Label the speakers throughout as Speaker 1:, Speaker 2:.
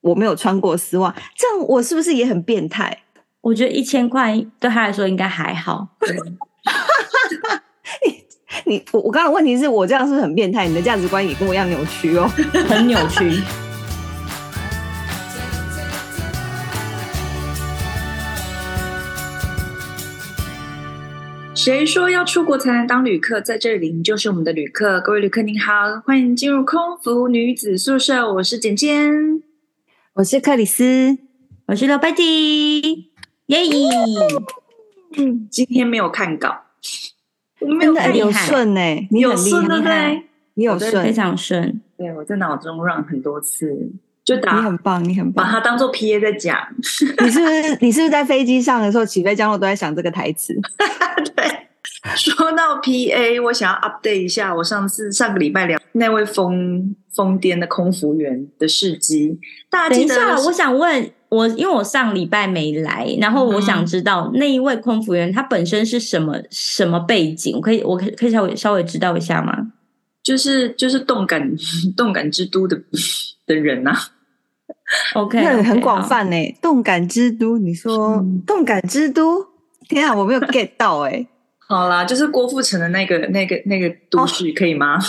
Speaker 1: 我没有穿过丝袜，这样我是不是也很变态？
Speaker 2: 我觉得一千块对他来说应该还好。
Speaker 1: 你我我刚刚的问题是我这样是不是很变态？你的价值观也跟我一样扭曲哦。
Speaker 2: 很扭曲。
Speaker 3: 谁说要出国才能当旅客？在这里，您就是我们的旅客。各位旅客您好，欢迎进入空服女子宿舍，我是简简。
Speaker 1: 我是克里斯，
Speaker 2: 我是刘 Betty，耶！
Speaker 1: 哦
Speaker 3: 嗯，今天没有看稿，我
Speaker 1: 真
Speaker 3: 没有
Speaker 1: 的
Speaker 3: 看
Speaker 1: 你
Speaker 2: 厉
Speaker 1: 有
Speaker 2: 害
Speaker 1: 顺哎，你
Speaker 3: 有
Speaker 1: 很厉
Speaker 3: 顺对不
Speaker 1: 害，
Speaker 3: 对？
Speaker 1: 你有
Speaker 3: 对
Speaker 2: 非
Speaker 1: 顺，
Speaker 2: 常顺。
Speaker 3: 对，我在脑中让很多次，就
Speaker 1: 你
Speaker 3: 打
Speaker 1: 很棒，你很
Speaker 3: 把
Speaker 1: 棒。
Speaker 3: 它当做 PA 在 讲。
Speaker 1: 你是不是你是不是在飞机上的时候起飞降落都在想这个台词？
Speaker 3: 对，说到 PA，我想要 update 一下，我上次上个礼拜聊那位疯疯癫的空服员的事迹，大家
Speaker 2: 等
Speaker 3: 记
Speaker 2: 一
Speaker 3: 得
Speaker 2: 下，我想问我，因为我上礼拜没来，然后我
Speaker 1: 嗯
Speaker 2: 想知道那一位空服员他本身是什么什么背景，我可以我可以可以稍微稍微知道一下吗？
Speaker 3: 就是就是动感动感之都的的人啊呐、
Speaker 2: OK，
Speaker 1: 那很
Speaker 2: OK，
Speaker 1: 广
Speaker 2: 好。
Speaker 1: 泛呢，动感之都，你说
Speaker 3: 嗯
Speaker 1: 动感之都？天啊，我没有 get 到 哎，
Speaker 3: 好啦，就是郭富城的那个那个那个
Speaker 1: 哦
Speaker 3: 都市，可以吗？
Speaker 1: 嗯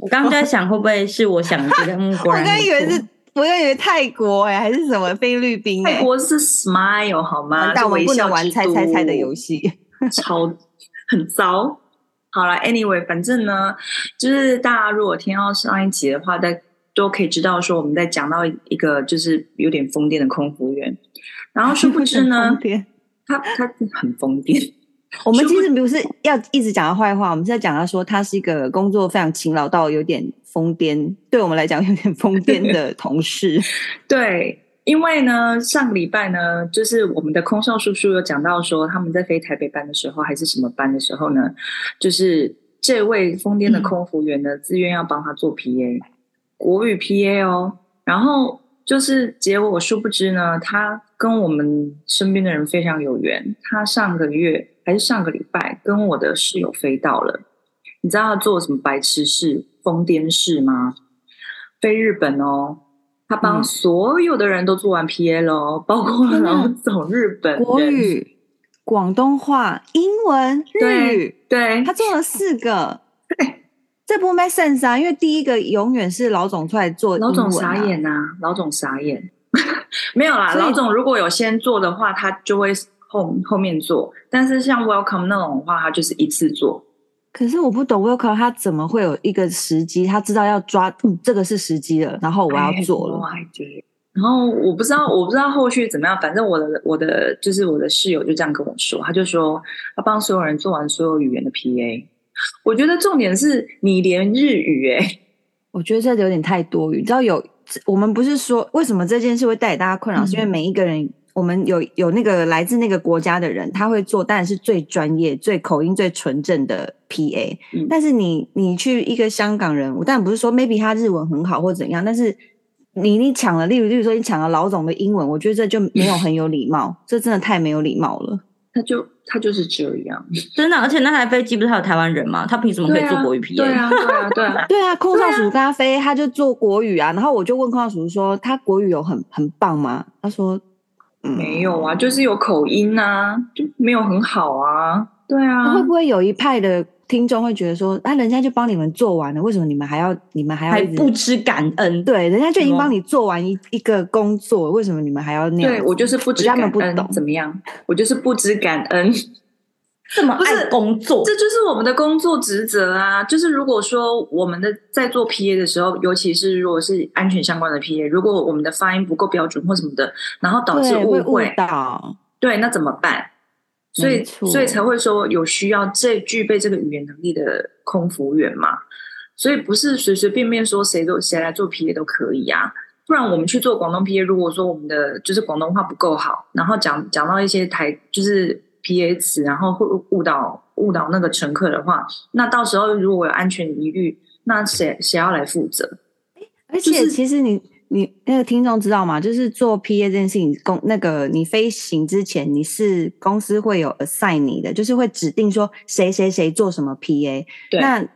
Speaker 2: 我刚刚就在想，会不会是我想的这个？嗯，
Speaker 1: 我
Speaker 2: 果然
Speaker 1: 刚
Speaker 2: 不
Speaker 1: 以为
Speaker 2: 错
Speaker 1: 是，我刚以为泰国哎，还是什么菲律宾
Speaker 3: 泰
Speaker 1: 哎。
Speaker 3: 国是 Smile 好吗？
Speaker 1: 完蛋，
Speaker 3: 是
Speaker 1: 我们
Speaker 3: 微
Speaker 1: 不
Speaker 3: 笑
Speaker 1: 能玩
Speaker 3: 之
Speaker 1: 猜猜猜的游
Speaker 3: 都
Speaker 1: 戏。
Speaker 3: 超很糟。好了，anyway，反正呢，就是大家如果听到上一集的话，大都可以知道说我们在讲到一个就是有点疯癫的空服员，然啊后殊不知
Speaker 1: 很
Speaker 3: 呢
Speaker 1: 疯，癫
Speaker 3: 他他很疯癫，
Speaker 1: 我们
Speaker 3: 殊
Speaker 1: 其
Speaker 3: 不
Speaker 1: 实不是要一直讲他坏话，我们是在讲他说他是一个工作非常勤劳到有点疯癫，对我们来讲有点疯癫 的同事。
Speaker 3: 对。因为呢，上个礼拜呢，就是我们的空少叔叔有讲到说，他们在飞台北班的时候，还是什么班的时候呢，就是这位疯癫的空服员呢，自愿要帮他做 PA，国语 PA 哦。然后就是结果，殊不知呢，他跟我们身边的人非常有缘。他上个月还是上个礼拜跟我的室友飞到了，你知道他做什么白痴事、疯癫事吗？飞日本哦，他帮
Speaker 1: 嗯
Speaker 3: 所有的人都做完 PA 了哦，包括
Speaker 1: 天哪
Speaker 3: 老总日本人
Speaker 1: 国语、广东话、英文、日
Speaker 3: 对
Speaker 1: 语，
Speaker 3: 对
Speaker 1: 他做了四个
Speaker 3: 对。
Speaker 1: 这不 make sense 啊，因为第一个永远是老总出来做、
Speaker 3: 老总傻，眼啊，老总傻眼， 没有啦。
Speaker 1: 所以
Speaker 3: 老总如果有先做的话，他就会后后面做，但是像 Welcome 那种的话，他就是一次做。
Speaker 1: 可是我不懂 Wilco 他怎么会有一个时机，他知道要抓，嗯，这个是时机了，然后我要做
Speaker 3: I
Speaker 1: 了。
Speaker 3: have no idea 然后我不知道，我不知道后续怎么样。反正我的我的就是我的室友就这样跟我说，他就说他帮所有人做完所有语言的 PA。我觉得重点是你连日语哎、
Speaker 1: 我觉得这有点太多余。你知道有我们不是说为什么这件事会带给大家困扰，
Speaker 3: 嗯
Speaker 1: 是因为每一个人。我们有有那个来自那个国家的人，他会做，当然是最专业、最口音最纯正的 PA。
Speaker 3: 嗯
Speaker 1: 但是你你去一个香港人，我当然不是说 maybe 他日文很好或怎样，但是你你抢了，例如例如说你抢了老总的英文，我觉得这就没有很有礼貌，这真的太没有礼貌了。，
Speaker 3: 他就他就是这样，
Speaker 2: 真的。而且那台飞机不是还有台湾人吗？他凭什么可以做国语 PA？
Speaker 3: 对啊，对啊，对啊
Speaker 1: 对啊，空少叔跟他飞，他就做国语啊。然后我就问空少叔说：“他国语有很很棒吗？”他说：“嗯，
Speaker 3: 没有啊，就是有口音啊，就没有很好啊。对
Speaker 1: 那
Speaker 3: 啊
Speaker 1: 会，不会有一派的听众会觉得说：“啊，人家就帮你们做完了，为什么你们还要你们还要
Speaker 2: 还
Speaker 1: 一直
Speaker 2: 不知感恩。
Speaker 1: 对？人家就已经帮你做完一一个工作，为什么你们还要那样子？”
Speaker 3: 对我就是不知
Speaker 1: 我觉得他
Speaker 3: 感
Speaker 1: 们不
Speaker 3: 恩，
Speaker 1: 懂
Speaker 3: 怎么样？我就是不知感恩，
Speaker 2: 这么
Speaker 3: 不是
Speaker 2: 爱工作，
Speaker 3: 这就是我们的工作职责啊。就是如果说我们的在做 PA 的时候，尤其是如果是安全相关的 PA，如果我们的发音不够标准或什么的，然后导致
Speaker 1: 对
Speaker 3: 误
Speaker 1: 会误
Speaker 3: 会，
Speaker 1: 导。
Speaker 3: 对，那怎么办？所
Speaker 1: 没
Speaker 3: 以，
Speaker 1: 错
Speaker 3: 所以才会说有需要这具备这个语言能力的空服员嘛。所以不是随随便便说谁都谁来做 PA 都可以啊。不然我们去做广东 PA，如果说我们的就是广东话不够好，然后讲讲到一些台就是 PA 词，然后会误导误导那个乘客的话，那到时候如果有安全疑虑，那谁谁要来负责？
Speaker 1: 而
Speaker 3: 就
Speaker 1: 且
Speaker 3: 是
Speaker 1: 其实你你那个听众知道吗？就是做 PA 这件事情，公那个你飞行之前，你是公司会有 assign 你的，就是会指定说谁谁谁做什么 PA。
Speaker 3: 对
Speaker 1: 那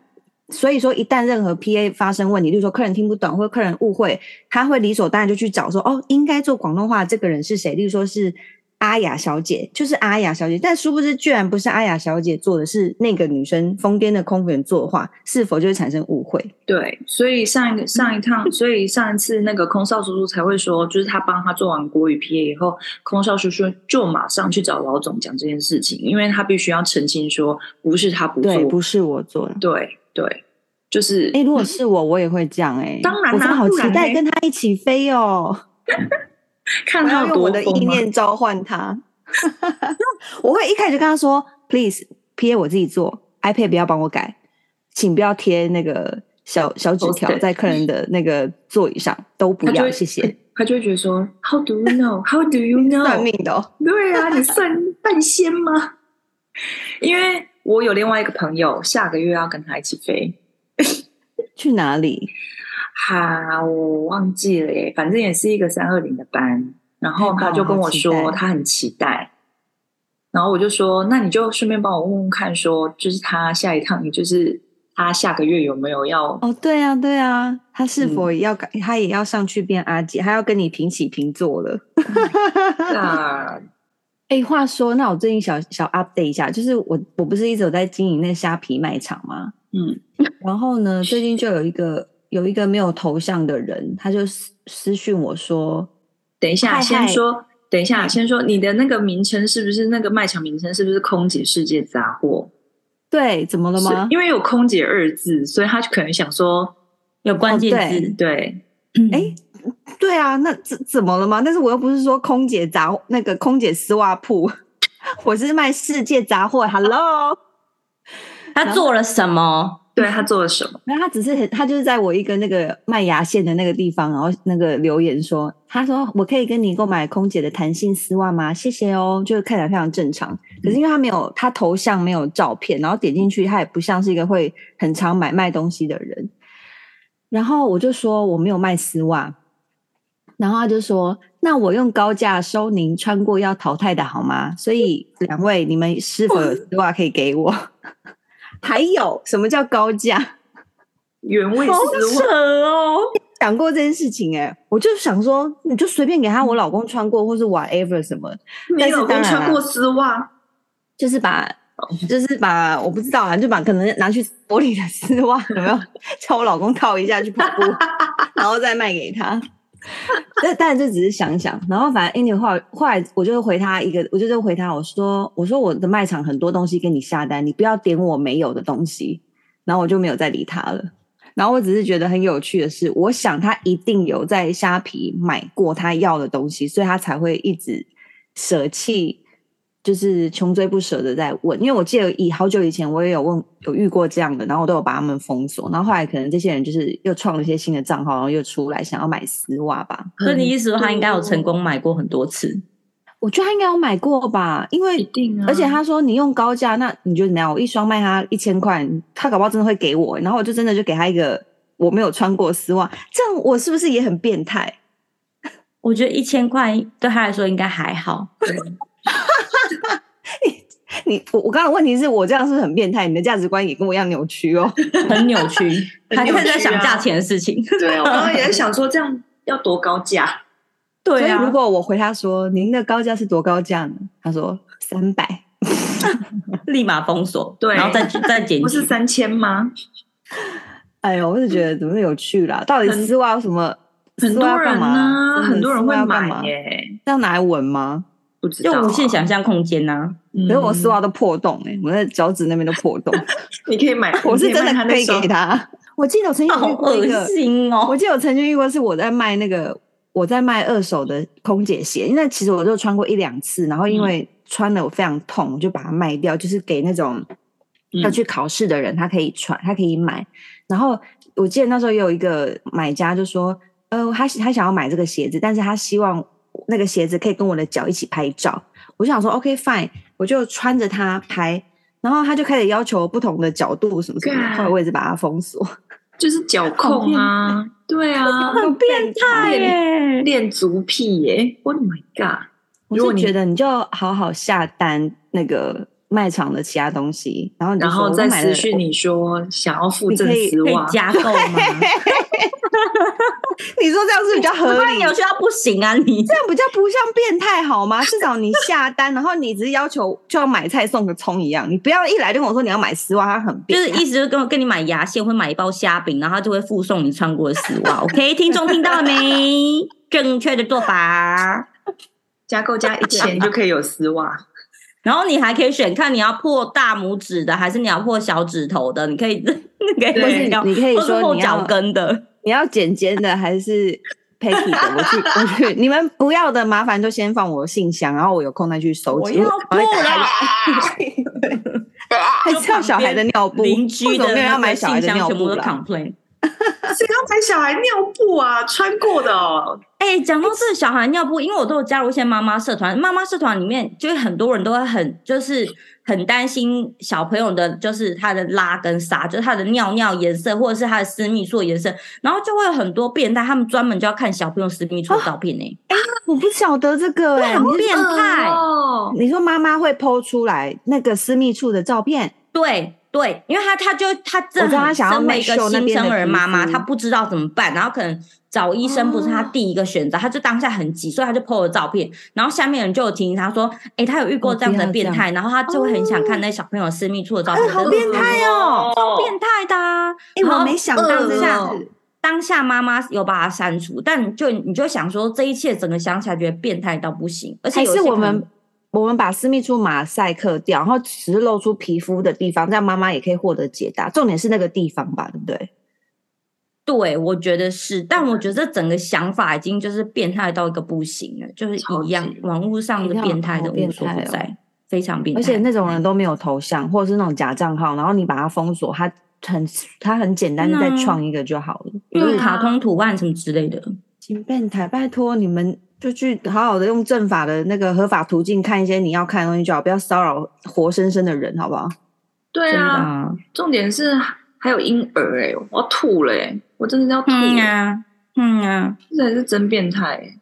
Speaker 1: 所以说，一旦任何 PA 发生问题，例如说客人听不懂或客人误会，他会理所当然就去找说，哦，应该做广东话这个人是谁？例如说是阿雅小姐，就是阿雅小姐。但殊不知，居然不是阿雅小姐做的，是那个女生疯癫的空服员做的话，是否就会产生误会？
Speaker 3: 对，所以上一个上一 趟，所以上一次那个空少叔叔才会说，就是他帮他做完国语 PA 以后，空少叔叔就马上去找老总讲这件事情，因为他必须要澄清说不是他不做，
Speaker 1: 对，不是我做的。
Speaker 3: 对对，就是
Speaker 1: 哎、如果是我，我也会这样哎、
Speaker 3: 嗯当然
Speaker 1: 我真
Speaker 3: 啦
Speaker 1: 的好
Speaker 3: 不
Speaker 1: 期
Speaker 3: 然
Speaker 1: 待
Speaker 3: 嘞
Speaker 1: 跟他一起飞哦。
Speaker 3: 看
Speaker 1: 我
Speaker 3: 他
Speaker 1: 要
Speaker 3: 有
Speaker 1: 用
Speaker 3: 多
Speaker 1: 我的意
Speaker 3: 疯啊
Speaker 1: 念召唤 他。我会一开始就跟他说：“Please PA 我自己做，iPad 不要帮我改，请不要贴那个小小纸条
Speaker 3: Post-it
Speaker 1: 在客人的那个座椅上，都不
Speaker 3: 他就
Speaker 1: 要，
Speaker 3: 会
Speaker 1: 谢 谢。
Speaker 3: 他就会觉得说，How do you know? How do you ”
Speaker 1: 算
Speaker 3: know?
Speaker 1: 命的哦，
Speaker 3: 对啊，你算半仙吗？ 因为我有另外一个朋友，下个月要跟他一起飞，
Speaker 1: 去哪里？
Speaker 3: 哈，我忘记了耶，反正也是一个三二零的班。然后
Speaker 1: 太棒
Speaker 3: 他就
Speaker 1: 了
Speaker 3: 跟
Speaker 1: 好
Speaker 3: 我
Speaker 1: 期
Speaker 3: 说
Speaker 1: 待
Speaker 3: 他很期待，然后我就说那你就顺便帮我问问看说，就是他下一趟，就是他下个月有没 有要？
Speaker 1: 哦，对啊，对啊，他是否也要改？他也要上去变阿姐，他要跟你平起平坐了。
Speaker 3: 那
Speaker 1: 哎、话说，那我最近小小 update 一下，就是我我不是一直有在经营那虾皮卖场吗？
Speaker 3: 嗯，
Speaker 1: 然后呢，最近就有一个有一个没有头像的人，他就私私讯我说，
Speaker 3: 等一下
Speaker 1: 嗨
Speaker 3: 先
Speaker 1: 嗨
Speaker 3: 说，等一下先说你的那个名称是不是那个卖场名称是不是空姐世界杂货？
Speaker 1: 对，怎么了
Speaker 3: 是
Speaker 1: 吗？
Speaker 3: 因为有空姐二字，所以他就可能想说，
Speaker 2: 有关键
Speaker 1: 哦对
Speaker 2: 字，
Speaker 3: 对，
Speaker 1: 哎 对啊，那怎怎么了吗？但是我又不是说空姐杂那个空姐丝袜铺， 我是卖世界杂货，Hello。
Speaker 2: 他做了什么？
Speaker 3: 对他做了什么？
Speaker 1: 那他只是很他就是在我一个那个卖牙线的那个地方，然后那个留言说，他说我可以跟你购买空姐的弹性丝袜吗？谢谢哦，就是看起来非常正常。可是因为他没有他头像没有照片，然后点进去他也不像是一个会很常买卖东西的人。然后我就说我没有卖丝袜，然后他就说那我用高价收您穿过要淘汰的好吗？所以两位你们是否有丝袜可以给我？ 还有什么叫高价？
Speaker 3: 原味
Speaker 2: 好
Speaker 3: 丝袜，
Speaker 2: 扯哦！
Speaker 1: 讲过这件事情哎、我就想说，你就随便给他我老公穿过，或是 whatever 什么，但是
Speaker 3: 你老公
Speaker 1: 当然
Speaker 3: 穿
Speaker 1: 啦
Speaker 3: 过丝袜？
Speaker 1: 就是把，就是把，我不知道啊，就把可能拿去玻璃的丝袜 有没有，叫我老公套一下去跑步，然后再卖给他。 但但这只是想想，然后反正 anyway 后来后来我就回他一个，我就是回他我说我说我的卖场很多东西给你下单，你不要点我没有的东西，然后我就没有再理他了。然后我只是觉得很有趣的是，我想他一定有在虾皮买过他要的东西，所以他才会一直舍弃，就是穷追不舍的在问。因为我记得以好久以前我也有问有遇过这样的，然后我都有把他们封锁。然后后来可能这些人就是又创了一些新的账号，然后又出来想要买丝袜吧。
Speaker 2: 所以你意思说他应该有
Speaker 3: 多
Speaker 2: 成功买过很多次？
Speaker 1: 我觉得他应该有买过吧，因
Speaker 3: 一
Speaker 1: 为
Speaker 3: 定啊！
Speaker 1: 而且他说你用高价，那你觉得哪？我一双卖他一千块，他搞不好真的会给我，然后我就真的就给他一个我没有穿过的丝袜，这样我是不是也很变态？
Speaker 2: 我觉得一千块对他来说应该还好。
Speaker 1: 你我我刚刚的问题是我这样是不是很变态？你的价值观也跟我一样扭曲哦。
Speaker 2: 很扭 曲，
Speaker 3: 很
Speaker 2: 他就
Speaker 3: 扭
Speaker 2: 会在
Speaker 3: 曲
Speaker 2: 想
Speaker 3: 啊
Speaker 2: 价钱的事情。
Speaker 3: 对啊，我刚刚也在想 说，这样要多高价？
Speaker 2: 对
Speaker 1: 所以
Speaker 2: 啊
Speaker 1: 如，果我回他说您的高价是多高价呢？他说三百，
Speaker 2: 立马封锁，
Speaker 3: 对
Speaker 2: 然后再再剪
Speaker 3: 不
Speaker 2: 辑
Speaker 3: 是。三千吗？
Speaker 1: 哎呦，我就觉得怎么有趣啦？到底
Speaker 3: 很
Speaker 1: 丝袜有什么？
Speaker 3: 很
Speaker 1: 丝
Speaker 3: 多
Speaker 1: 袜要
Speaker 3: 人啊
Speaker 1: 干嘛
Speaker 3: 呢、
Speaker 1: 真的
Speaker 3: 很多人
Speaker 1: 丝袜
Speaker 3: 会
Speaker 1: 要干
Speaker 3: 买
Speaker 1: 嘛？
Speaker 3: 耶，
Speaker 1: 这样拿来闻吗？
Speaker 3: 不知道、
Speaker 2: 就
Speaker 3: 啊。
Speaker 2: 无限想象空间啊呐、
Speaker 3: 嗯，
Speaker 1: 可是我丝袜都破洞哎、我的脚趾那边都破洞。
Speaker 3: 你可以买，
Speaker 1: 我是真的
Speaker 3: 你
Speaker 1: 可
Speaker 3: 可
Speaker 1: 以
Speaker 3: 以卖他那
Speaker 1: 给
Speaker 3: 双
Speaker 1: 他。我记得我曾经有
Speaker 2: 好
Speaker 1: 遇过一个
Speaker 2: 恶，心
Speaker 1: 我
Speaker 2: 哦！
Speaker 1: 记得我曾经遇过是我在卖那个我在卖二手的空姐鞋，因为其实我就穿过一两次，然后因为穿的我非常痛，我就把它卖掉，就是给那种
Speaker 3: 嗯
Speaker 1: 要去考试的人，他可以穿，他可以买。然后我记得那时候也有一个买家就说，呃，他他想要买这个鞋子，但是他希望那个鞋子可以跟我的脚一起拍照。我就想说，OK fine，我就穿着它拍。然后他就开始要求不同的角度什么什么的，
Speaker 3: God
Speaker 1: 后来我也是把它封锁。
Speaker 3: 就是脚控 啊，对 啊，
Speaker 1: 很变
Speaker 3: 态
Speaker 2: 耶！
Speaker 3: 练足癖耶、我的 my god！
Speaker 1: 我
Speaker 3: 如果
Speaker 1: 是
Speaker 3: 你
Speaker 1: 觉得你就好好下单那个卖场的其他东西，然后你就
Speaker 3: 然
Speaker 1: 说
Speaker 3: 后
Speaker 1: 我
Speaker 3: 再
Speaker 1: 买了
Speaker 3: 私讯你说想要附
Speaker 1: 你
Speaker 3: 赠
Speaker 1: 可以
Speaker 3: 丝
Speaker 2: 可
Speaker 3: 袜
Speaker 2: 以，加购吗？
Speaker 1: 你 说这样是比较合
Speaker 2: 不然
Speaker 1: 理，
Speaker 2: 有些要不行啊，你
Speaker 1: 这样比较不像变态好吗？ 至少你下单，然后你只是要求就要买菜送个葱一样，你不要一来就跟我说你要买丝袜，它很
Speaker 2: 就
Speaker 1: 变
Speaker 2: 是
Speaker 1: 态。
Speaker 2: 意思就是跟我跟你买牙线会买一包虾饼，然后他就会附送你穿过的丝袜。OK，听 众听到了没？ 正确的做法。
Speaker 3: 加购加一 千就可以有丝袜。
Speaker 2: 然后你还可以选，看你要破大拇指的，还是你要破小指头的。你可以， 你可以
Speaker 1: 或
Speaker 3: 对
Speaker 1: 是
Speaker 2: 要，
Speaker 1: 你可以
Speaker 2: 或是
Speaker 1: 说
Speaker 2: 后
Speaker 1: 你
Speaker 2: 脚
Speaker 1: 要
Speaker 2: 跟的。
Speaker 1: 你要尖尖的还是 Patty 的？我去我去，你们不要的麻烦就先放我信箱，然后我有空再去收集。
Speaker 2: 我要
Speaker 1: 赶快
Speaker 2: 布了
Speaker 1: 还是要小孩的尿布，
Speaker 2: 邻居
Speaker 1: 为什么
Speaker 2: 的
Speaker 1: 没有
Speaker 2: 那
Speaker 1: 要买
Speaker 2: 个
Speaker 1: 小孩
Speaker 2: 信
Speaker 1: 的
Speaker 2: 箱
Speaker 1: 尿
Speaker 2: 全部
Speaker 1: 布
Speaker 2: 都
Speaker 1: 啦？
Speaker 2: complain。
Speaker 3: 谁要买小孩尿布啊？穿过的哦，
Speaker 2: 哎、讲到这个小孩尿布，因为我都有加入一些妈妈社团，妈妈社团里面就是很多人都会很就是很担心小朋友的，就是他的拉跟撒，就是他的尿尿颜色或者是他的私密处的颜色，然后就会有很多变态，他们专门就要看小朋友私密处的照片呢、
Speaker 1: 我不晓得这 个哎、
Speaker 2: 哦很
Speaker 1: 你是
Speaker 2: 变态。
Speaker 3: 哦，
Speaker 1: 你说妈妈会剖出来那个私密处的照片，
Speaker 2: 对对，因为他他就他
Speaker 1: 我
Speaker 2: 正
Speaker 1: 知道他
Speaker 2: 好
Speaker 1: 想要
Speaker 2: 身为
Speaker 1: 买
Speaker 2: 一个
Speaker 1: 秀那
Speaker 2: 新
Speaker 1: 边的
Speaker 2: 生儿
Speaker 1: 皮
Speaker 2: 妈妈，
Speaker 1: 肤
Speaker 2: 他不知道怎么办，然后可能找医生不是他
Speaker 3: 哦
Speaker 2: 第一个选择，他就当下很急，所以他就 PO 了照片，然后下面人就有提醒他说，哎，他有遇过
Speaker 1: 哦
Speaker 2: 这样
Speaker 1: 不
Speaker 2: 子的
Speaker 1: 要
Speaker 2: 变
Speaker 1: 这哦
Speaker 2: 态，然后他就会很想看那小朋友私密处的照片，
Speaker 1: 哎好
Speaker 2: 真的
Speaker 1: 变态哦
Speaker 2: 超变态的啊，
Speaker 1: 哎、
Speaker 2: 然
Speaker 1: 我
Speaker 2: 后
Speaker 1: 没想
Speaker 3: 饿
Speaker 1: 到这
Speaker 3: 了
Speaker 1: 样子。
Speaker 2: 当下妈妈有把他删除，但就你就想说这一切整个想起来觉得变态到不行，而且
Speaker 1: 还
Speaker 2: 有一
Speaker 1: 是
Speaker 2: 些
Speaker 1: 我
Speaker 2: 可能
Speaker 1: 们我们把私密处马赛克掉，然后只是露出皮肤的地方，这样妈妈也可以获得解答。重点是那个地方吧，对不对？
Speaker 2: 对，我觉得是，但
Speaker 1: 嗯
Speaker 2: 我觉得这整个想法已经就是变态到一个不行了，就是
Speaker 3: 超
Speaker 2: 一样
Speaker 3: 级，
Speaker 2: 网络上的
Speaker 1: 一样
Speaker 2: 变态
Speaker 1: 好
Speaker 2: 的无
Speaker 1: 变
Speaker 2: 所
Speaker 1: 态
Speaker 2: 不
Speaker 1: 哦
Speaker 2: 在，非常变态。
Speaker 1: 而且那种人都没有头像，或者是那种假账号，然后你把它封锁，他很他很简单的再
Speaker 2: 嗯啊
Speaker 1: 创一个就好了。
Speaker 2: 用
Speaker 3: 对啊
Speaker 2: 卡通图案什么之类的，
Speaker 1: 请变态，拜托你们就去好好的用正法的那个合法途径看一些你要看的东西就好，不要骚扰活生生的人，好不好？
Speaker 3: 对
Speaker 2: 真的
Speaker 3: 啊，
Speaker 2: 啊，
Speaker 3: 重点是还有婴儿哎、我要吐了哎、我真的要吐
Speaker 2: 嗯
Speaker 3: 了，
Speaker 2: 啊，嗯啊。
Speaker 3: 这才是真变态、欸。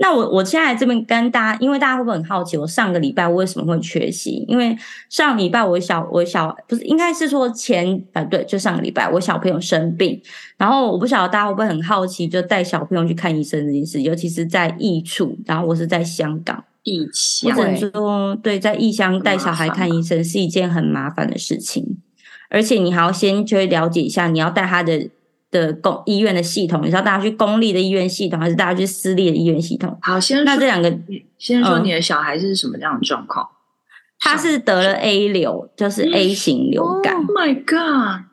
Speaker 2: 那我我现在这边跟大家，因为大家会不会很好奇，我上个礼拜为什么会缺席？因为上礼拜我小我小不是应该是说前啊对，就上个礼拜我小朋友生病，然后我不晓得大家会不会很好奇，就带小朋友去看医生这件事，尤其是在异处，然后我是在香港，
Speaker 3: 地
Speaker 2: 我
Speaker 3: 强
Speaker 2: 只能说对，在异乡带小孩
Speaker 3: 麻烦
Speaker 2: 看医生是一件很麻烦的事情，而且你还要先去了解一下，你要带他的。的公医院的系统，你是要带他去公立的医院系统，还是带他去私立的医院系统？
Speaker 3: 好，先
Speaker 2: 那
Speaker 3: 说
Speaker 2: 这两个，
Speaker 3: 先说
Speaker 2: 嗯
Speaker 3: 你的小孩是什么样的状况？
Speaker 2: 他是得了 A 流，就是 A 型流感。
Speaker 1: 哦
Speaker 3: Oh my god！
Speaker 1: 哎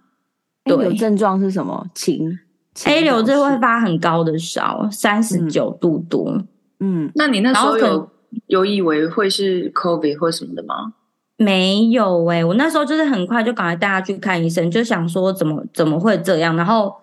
Speaker 2: 对
Speaker 1: 有症状是什么？情
Speaker 2: A 流就会
Speaker 1: 是
Speaker 2: 发很高的烧，三十九度多。
Speaker 1: 嗯，
Speaker 3: 那你那时
Speaker 2: 然后
Speaker 3: 候
Speaker 2: 可能
Speaker 3: 有有以为会是 COVID 或什么的吗？
Speaker 2: 没有哎、我那时候就是很快就赶快带他去看医生，就想说怎么怎么会这样，然后。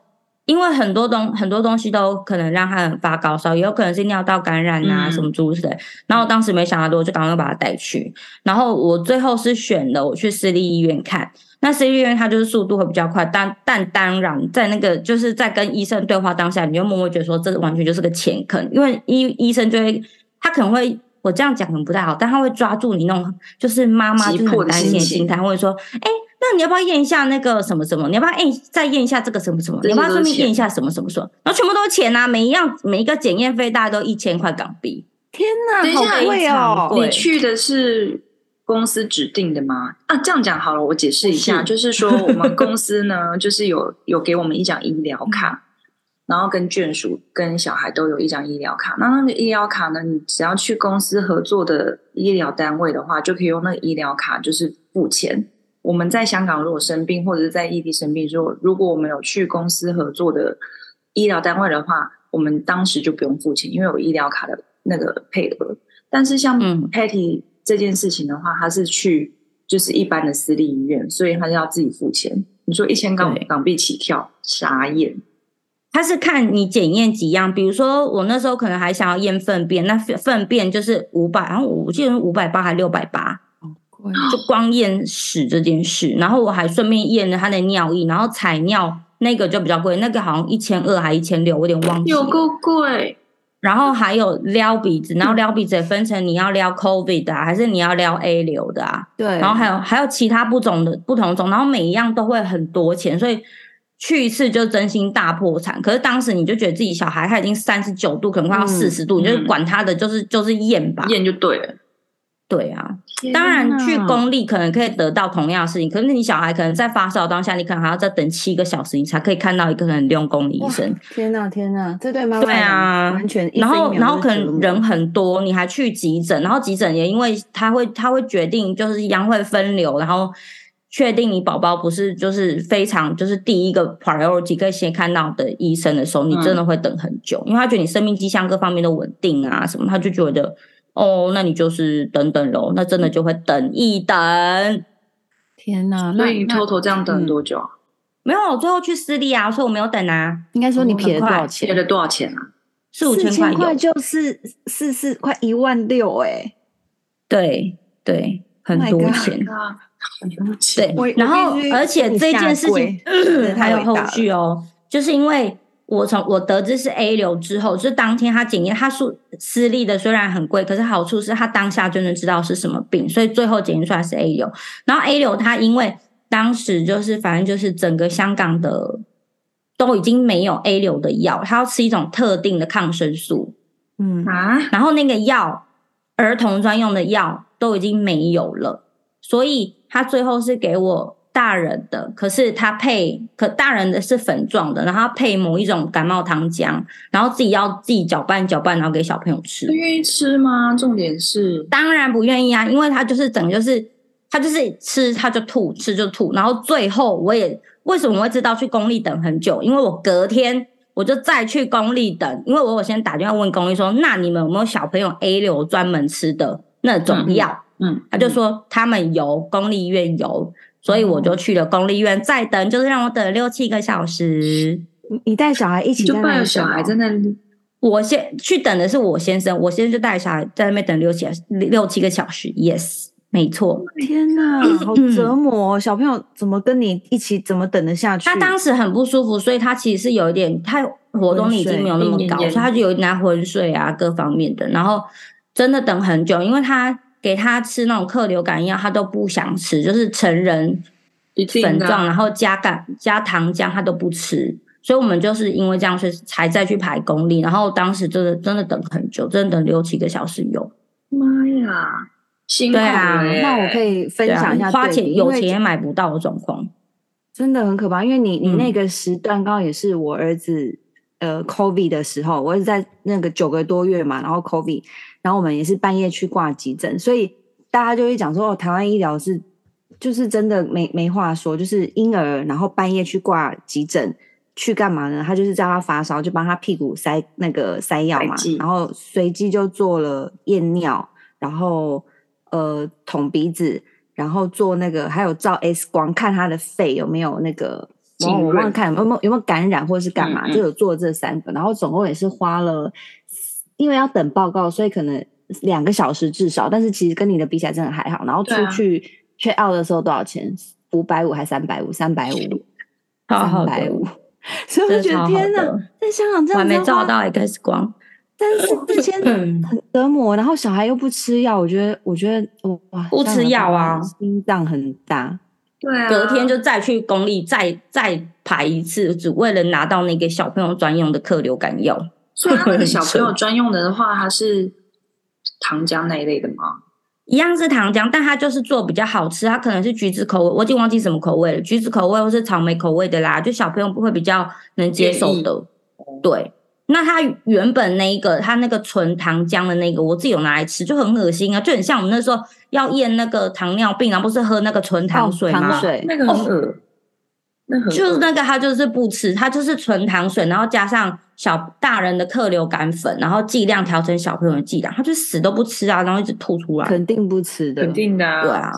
Speaker 2: 因为很多东很多东西都可能让他很发高烧，也有可能是尿道感染啊、
Speaker 3: 嗯
Speaker 2: 什么诸如此类。然后我当时没想太多，我就赶快把他带去。然后我最后是选了我去私立医院看，那私立医院它就是速度会比较快，但但当然在那个就是在跟医生对话当下，你就默默觉得说这完全就是个浅坑，因为医医生就会他可能会我这样讲可能不太好，但他会抓住你那种就是妈妈
Speaker 3: 急
Speaker 2: 就是
Speaker 3: 迫
Speaker 2: 很
Speaker 3: 的
Speaker 2: 担
Speaker 3: 心
Speaker 2: 心的
Speaker 3: 情
Speaker 2: 心态，会说哎。那你要不要验一下那个什么什么？你要不要验再验一下这个什么什么？
Speaker 3: 这
Speaker 2: 你
Speaker 3: 些
Speaker 2: 要不要
Speaker 3: 都
Speaker 2: 顺
Speaker 3: 是
Speaker 2: 便验
Speaker 3: 钱
Speaker 2: 一下什么什么什么？然后全部都是钱啊，每一样每一个检验费大概都一千块港币。
Speaker 1: 天哪，
Speaker 3: 等一下
Speaker 1: 好贵
Speaker 2: 常
Speaker 1: 哦！
Speaker 2: 贵
Speaker 3: 你去的是公司指定的吗？啊，这样讲好了，我解释一下，
Speaker 2: 是
Speaker 3: 就是说我们公司呢，就是有有给我们一张医疗卡，然后跟眷属跟小孩都有一张医疗卡。那那个医疗卡呢，你只要去公司合作的医疗单位的话，就可以用那个医疗卡就是付钱。我们在香港如果生病或者是在异地生病，如果如果我们有去公司合作的医疗单位的话，我们当时就不用付钱，因为有医疗卡的那个配额。但是像
Speaker 2: 嗯
Speaker 3: Patty 这件事情的话，他是去就是一般的私立医院，所以他就要自己付钱。你说一千港
Speaker 2: 对
Speaker 3: 港币起跳，傻眼。
Speaker 2: 他是看你检验几样，比如说我那时候可能还想要验粪便，那粪粪便就是五百，然后我记得五百八还六百八，
Speaker 1: 贵
Speaker 2: 就光验屎这件事，然后我还顺便验了他的尿液，然后采尿那个就比较贵，那个好像一千二还一千六，我有点忘记了。
Speaker 3: 有够贵，
Speaker 2: 然后还有撩鼻子，然后撩鼻子也分成你要撩 COVID 的、啊，还是你要撩 A 流的啊？
Speaker 1: 对，
Speaker 2: 然后还有还有其他不种的不同种，然后每一样都会很多钱，所以去一次就真心大破产。可是当时你就觉得自己小孩他已经三十九度，可能快要
Speaker 1: 嗯
Speaker 2: 四十度，你就
Speaker 3: 嗯
Speaker 2: 管他的，就是就是验吧，
Speaker 3: 验就对了。
Speaker 2: 对啊。当然去
Speaker 3: 公。
Speaker 2: 公立可能可以得到同样的事情，可是你小孩可能在发烧当下，你可能还要再等七个小时，你才可以看到一个很用功的医生。
Speaker 1: 天哪，天哪，这对妈妈
Speaker 2: 对啊
Speaker 1: 来讲完全一
Speaker 2: 然
Speaker 1: 分一
Speaker 2: 后，
Speaker 1: 秒
Speaker 2: 然后
Speaker 1: 都
Speaker 2: 可
Speaker 1: 是折
Speaker 2: 能
Speaker 1: 磨
Speaker 2: 人很多，你还去急诊，然后急诊也因为他会他会决定就是一样会分流，然后确定你宝宝不是就是非常就是第一个 priority 可以先看到的医生的时候，你真的会等很久，因为他觉得你生命迹象各方面都稳定啊什么，他就觉得哦，那你就是等等咯，那真的就会等一等。
Speaker 1: 天哪，
Speaker 3: 所
Speaker 1: 那
Speaker 3: 以你
Speaker 1: 那
Speaker 3: 偷偷这样等
Speaker 1: 嗯
Speaker 3: 多久啊？
Speaker 2: 没有，我最后去私立啊，所以我没有等啊，
Speaker 1: 应该说你
Speaker 2: 哦很
Speaker 1: 撇了多
Speaker 2: 快
Speaker 1: 少
Speaker 3: 贴
Speaker 1: 钱？
Speaker 3: 了多少钱啊？
Speaker 2: 四五千块
Speaker 1: 千块
Speaker 2: 有，
Speaker 1: 就是四四快一万六哎、
Speaker 2: 对对，很
Speaker 1: Oh my
Speaker 2: 多
Speaker 1: God
Speaker 2: 钱。
Speaker 3: 啊，很多
Speaker 2: 对
Speaker 3: 钱。
Speaker 1: 我，
Speaker 2: 然后
Speaker 1: 我必须
Speaker 2: 而且
Speaker 1: 跟你
Speaker 2: 这
Speaker 1: 下
Speaker 2: 件事情
Speaker 1: 跪
Speaker 2: 嗯
Speaker 1: 真的太
Speaker 2: 还有
Speaker 1: 伟
Speaker 2: 后
Speaker 1: 大了
Speaker 2: 续哦，就是因为我从我得知是 A 流之后，就是当天他检验，他数私立的虽然很贵，可是好处是他当下就能知道是什么病，所以最后检验出来是 A 流。然后 A 流他因为当时就是反正就是整个香港的都已经没有 A 流的药，他要吃一种特定的抗生素，
Speaker 1: 嗯，
Speaker 3: 啊，
Speaker 2: 然后那个药，儿童专用的药都已经没有了，所以他最后是给我大人的，可是他配可大人的是粉状的，然后他配某一种感冒糖浆，然后自己要自己搅拌搅拌，然后给小朋友吃
Speaker 3: 是。愿意吃吗？重点是，
Speaker 2: 当然不愿意啊，因为他就是整个就是他就是吃他就吐，吃就吐，然后最后我也为什么我会知道去公立等很久？因为我隔天我就再去公立等，因为我有先打电话问公立说，那你们有没有小朋友 A 流专门吃的那种药？
Speaker 3: 嗯，
Speaker 2: 他就说他们有公立医院有，所以我就去了公立医院再等，就是让我等了六七个小时。
Speaker 1: 你你带小孩一起
Speaker 3: 就
Speaker 1: 在那
Speaker 3: 抱
Speaker 1: 里
Speaker 3: 着小
Speaker 2: 啊
Speaker 1: 等
Speaker 3: 孩
Speaker 1: 哦
Speaker 3: 在那里，
Speaker 2: 我先去等的是我先生，我先生就带小孩在那边等六七六七个小时，yes，没错。
Speaker 1: 天哪，
Speaker 2: 嗯
Speaker 1: 好折磨、哦！小朋友怎么跟你一起，怎么等得下去？
Speaker 2: 他当时很不舒服，所以他其实是有一点，他活动力已经没有那么高，
Speaker 3: 昏睡
Speaker 2: 所以他就有拿浑水啊各方面的，然后真的等很久，因为他给他吃那种克流感药，他都不想吃，就是成人
Speaker 3: 一定
Speaker 2: 粉
Speaker 3: 的
Speaker 2: 状，
Speaker 3: 啊。
Speaker 2: 然后加感加糖浆，他都不吃。所以我们就是因为这样，所以才再去排公立，然后当时真的真的等很久，真的等六七个小时有。
Speaker 3: 妈呀，辛苦欸
Speaker 2: 对啊
Speaker 3: 了耶
Speaker 1: 那我可以分
Speaker 2: 对啊
Speaker 1: 享一下对比、
Speaker 2: 花钱
Speaker 1: 因
Speaker 2: 有
Speaker 1: 为
Speaker 2: 钱也买不到的状况。
Speaker 1: 真的很可怕，因为你你
Speaker 2: 嗯
Speaker 1: 那个时段刚好也是我儿子、呃 COVID 的时候，我儿子在那个九个多月嘛，然后 COVID，然后我们也是半夜去挂急诊，所以大家就会讲说，哦，台湾医疗是就是真的没没话说，就是婴儿然后半夜去挂急诊。去干嘛呢？他就是叫他发烧，就帮他屁股塞那个塞药嘛
Speaker 3: 塞剂，
Speaker 1: 然后随机就做了验尿，然后呃捅鼻子，然后做那个还有照 X 光看他的肺有没有那个，
Speaker 3: 浸
Speaker 1: 我
Speaker 3: 润
Speaker 1: 忘了看有没有有没有感染或是干嘛，
Speaker 3: 嗯嗯
Speaker 1: 就有做这三个，然后总共也是花了，因为要等报告，所以可能两个小时至少，但是其实跟你的比起来真的还好。然后出
Speaker 3: 对啊
Speaker 1: 去 check out 的时候多少钱？五百五还三百五？三百五，
Speaker 2: 好
Speaker 1: 三
Speaker 2: 好的，
Speaker 1: 百五。 所以我就
Speaker 2: 真的
Speaker 1: 觉
Speaker 2: 超
Speaker 1: 得
Speaker 2: 好
Speaker 1: 天哪，
Speaker 2: 的，
Speaker 1: 在香港这
Speaker 2: 我还
Speaker 1: 样
Speaker 2: 没
Speaker 1: 子要
Speaker 2: 照
Speaker 1: 花
Speaker 2: 到 X 光。
Speaker 1: 但是这些
Speaker 2: 嗯
Speaker 1: 很折磨，然后小孩又不吃药，我觉得，我觉得我哇，
Speaker 2: 不吃药啊
Speaker 1: 心脏很大。
Speaker 3: 对啊，
Speaker 2: 隔天就再去公立再再排一次，只为了拿到那个小朋友专用的客流感药。
Speaker 3: 所以他那 个小朋友
Speaker 2: 很扯
Speaker 3: 专用的的话，它是糖浆那一类的
Speaker 2: 哦
Speaker 3: 吗？
Speaker 2: 一样是糖浆，但它就是做比较好吃，它可能是橘子口味，我已经忘记什么口味了，橘子口味或是草莓口味的啦，就小朋友会比较能接受
Speaker 3: 愿
Speaker 2: 的。对，那它原本那一个，它那个纯糖浆的那个，我自己有拿来吃，就很恶心啊，就很像我们那时候要验那个糖尿病，然后不是喝那个纯
Speaker 3: 哦
Speaker 2: 糖水吗？
Speaker 1: 哦糖水，
Speaker 3: 那个很恶，那很恶
Speaker 2: 就是那个他就是不吃，他就是纯糖水，然后加上小大人的客流感粉，然后剂量调成小朋友的剂量，他就死都不吃啊，然后一直吐出来。
Speaker 1: 肯定不吃的，
Speaker 3: 肯定的啊，
Speaker 2: 对啊，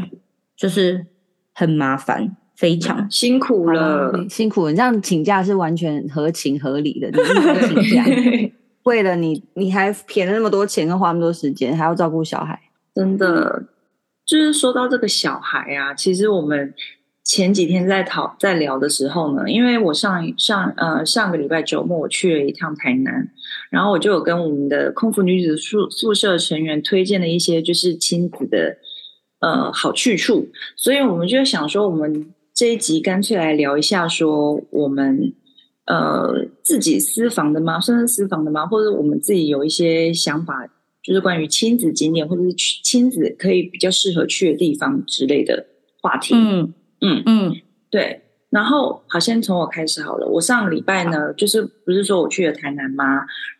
Speaker 2: 对，就是很麻烦，非常。
Speaker 3: 辛苦
Speaker 1: 好
Speaker 3: 了
Speaker 1: 了，。你辛苦了，你这样请假是完全合情合理 的。你应该请假，为了你，你还撇了那么多钱，跟花那么多时间，还要照顾小孩。
Speaker 3: 真的，就是说到这个小孩啊，其实我们前几天在讨在聊的时候呢，因为我上一上呃上个礼拜周末我去了一趟台南，然后我就有跟我们的空服女子宿宿舍成员推荐了一些就是亲子的呃好去处，所以我们就想说，我们这一集干脆来聊一下，说我们呃自己私房的吗？算是私房的吗？或者我们自己有一些想法，就是关于亲子景点或者是去亲子可以比较适合去的地方之类的话题。
Speaker 2: 嗯
Speaker 3: 嗯
Speaker 2: 嗯
Speaker 3: 对，然后好，先从我开始好了。我上礼拜呢，就是不是说我去了台南吗？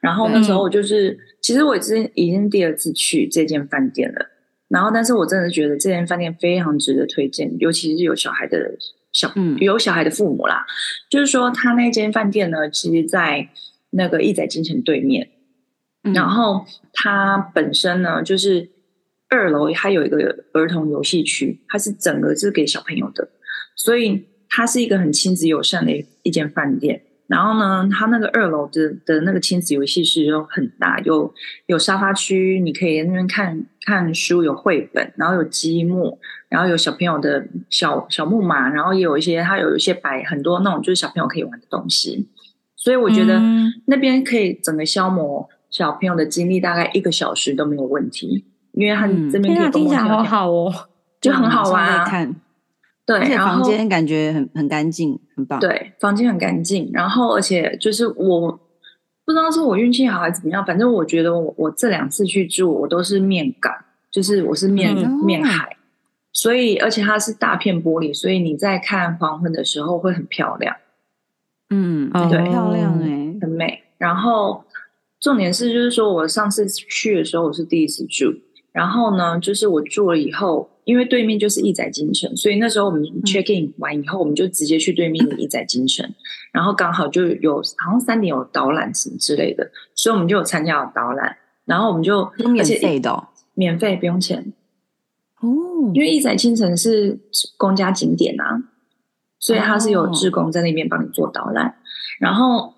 Speaker 3: 然后那时
Speaker 1: 嗯
Speaker 3: 候我就是，其实我之已经第二次去这间饭店了。然后，但是我真的觉得这间饭店非常值得推荐，尤其是有小孩的小、
Speaker 1: 嗯
Speaker 3: 有小孩的父母啦。就是说，他那间饭店呢，其实在那个义载金城对面。
Speaker 1: 嗯
Speaker 3: 然后它本身呢，就是二楼它有一个儿童游戏区，它是整个是给小朋友的，所以它是一个很亲子友善的一间饭店。然后呢，它那个二楼的的那个亲子游戏室又很大，有有沙发区，你可以在那边看看书，有绘本，然后有积木，然后有小朋友的小小木马，然后也有一些它有一些摆很多那种就是小朋友可以玩的东西。所以我觉得
Speaker 2: 嗯
Speaker 3: 那边可以整个消磨小朋友的精力，大概一个小时都没有问题，因为他
Speaker 1: 嗯
Speaker 3: 这边
Speaker 2: 天
Speaker 3: 可
Speaker 2: 啊，
Speaker 3: 以跟
Speaker 2: 听
Speaker 3: 我
Speaker 2: 起来好
Speaker 3: 聊天，
Speaker 2: 好哦。
Speaker 3: 就很好玩
Speaker 1: 马上在
Speaker 3: 啊。
Speaker 1: 嗯看，
Speaker 3: 对，
Speaker 1: 而且
Speaker 3: 然
Speaker 1: 房
Speaker 3: 后
Speaker 1: 间感觉很很干净，很棒。，
Speaker 3: 对，房间很干净，然后而且就是我不知道是我运气好还是怎么样，反正我觉得我我这两次去住，我都是面港，就是我是面、
Speaker 1: 嗯
Speaker 3: 面海，所以而且它是大片玻璃，所以你在看黄昏的时候会很漂亮，
Speaker 1: 嗯，
Speaker 2: 哦
Speaker 1: 很漂亮哎、
Speaker 3: 很美。然后重点是就是说我上次去的时候我是第一次住，然后呢，就是我住了以后，因为对面就是义载金城，所以那时候我们
Speaker 1: 嗯
Speaker 3: check in 完以后，我们就直接去对面的义载金城，然后刚好就有好像三点有导览什么之类的，所以我们就有参加了导览，然后我们就
Speaker 1: 都免
Speaker 3: 而且
Speaker 1: 费的哦。
Speaker 3: 免费不用钱，
Speaker 1: 哦
Speaker 3: 因为义载金城是公家景点啊，所以它是有
Speaker 1: 哦
Speaker 3: 志工在那边帮你做导览，然后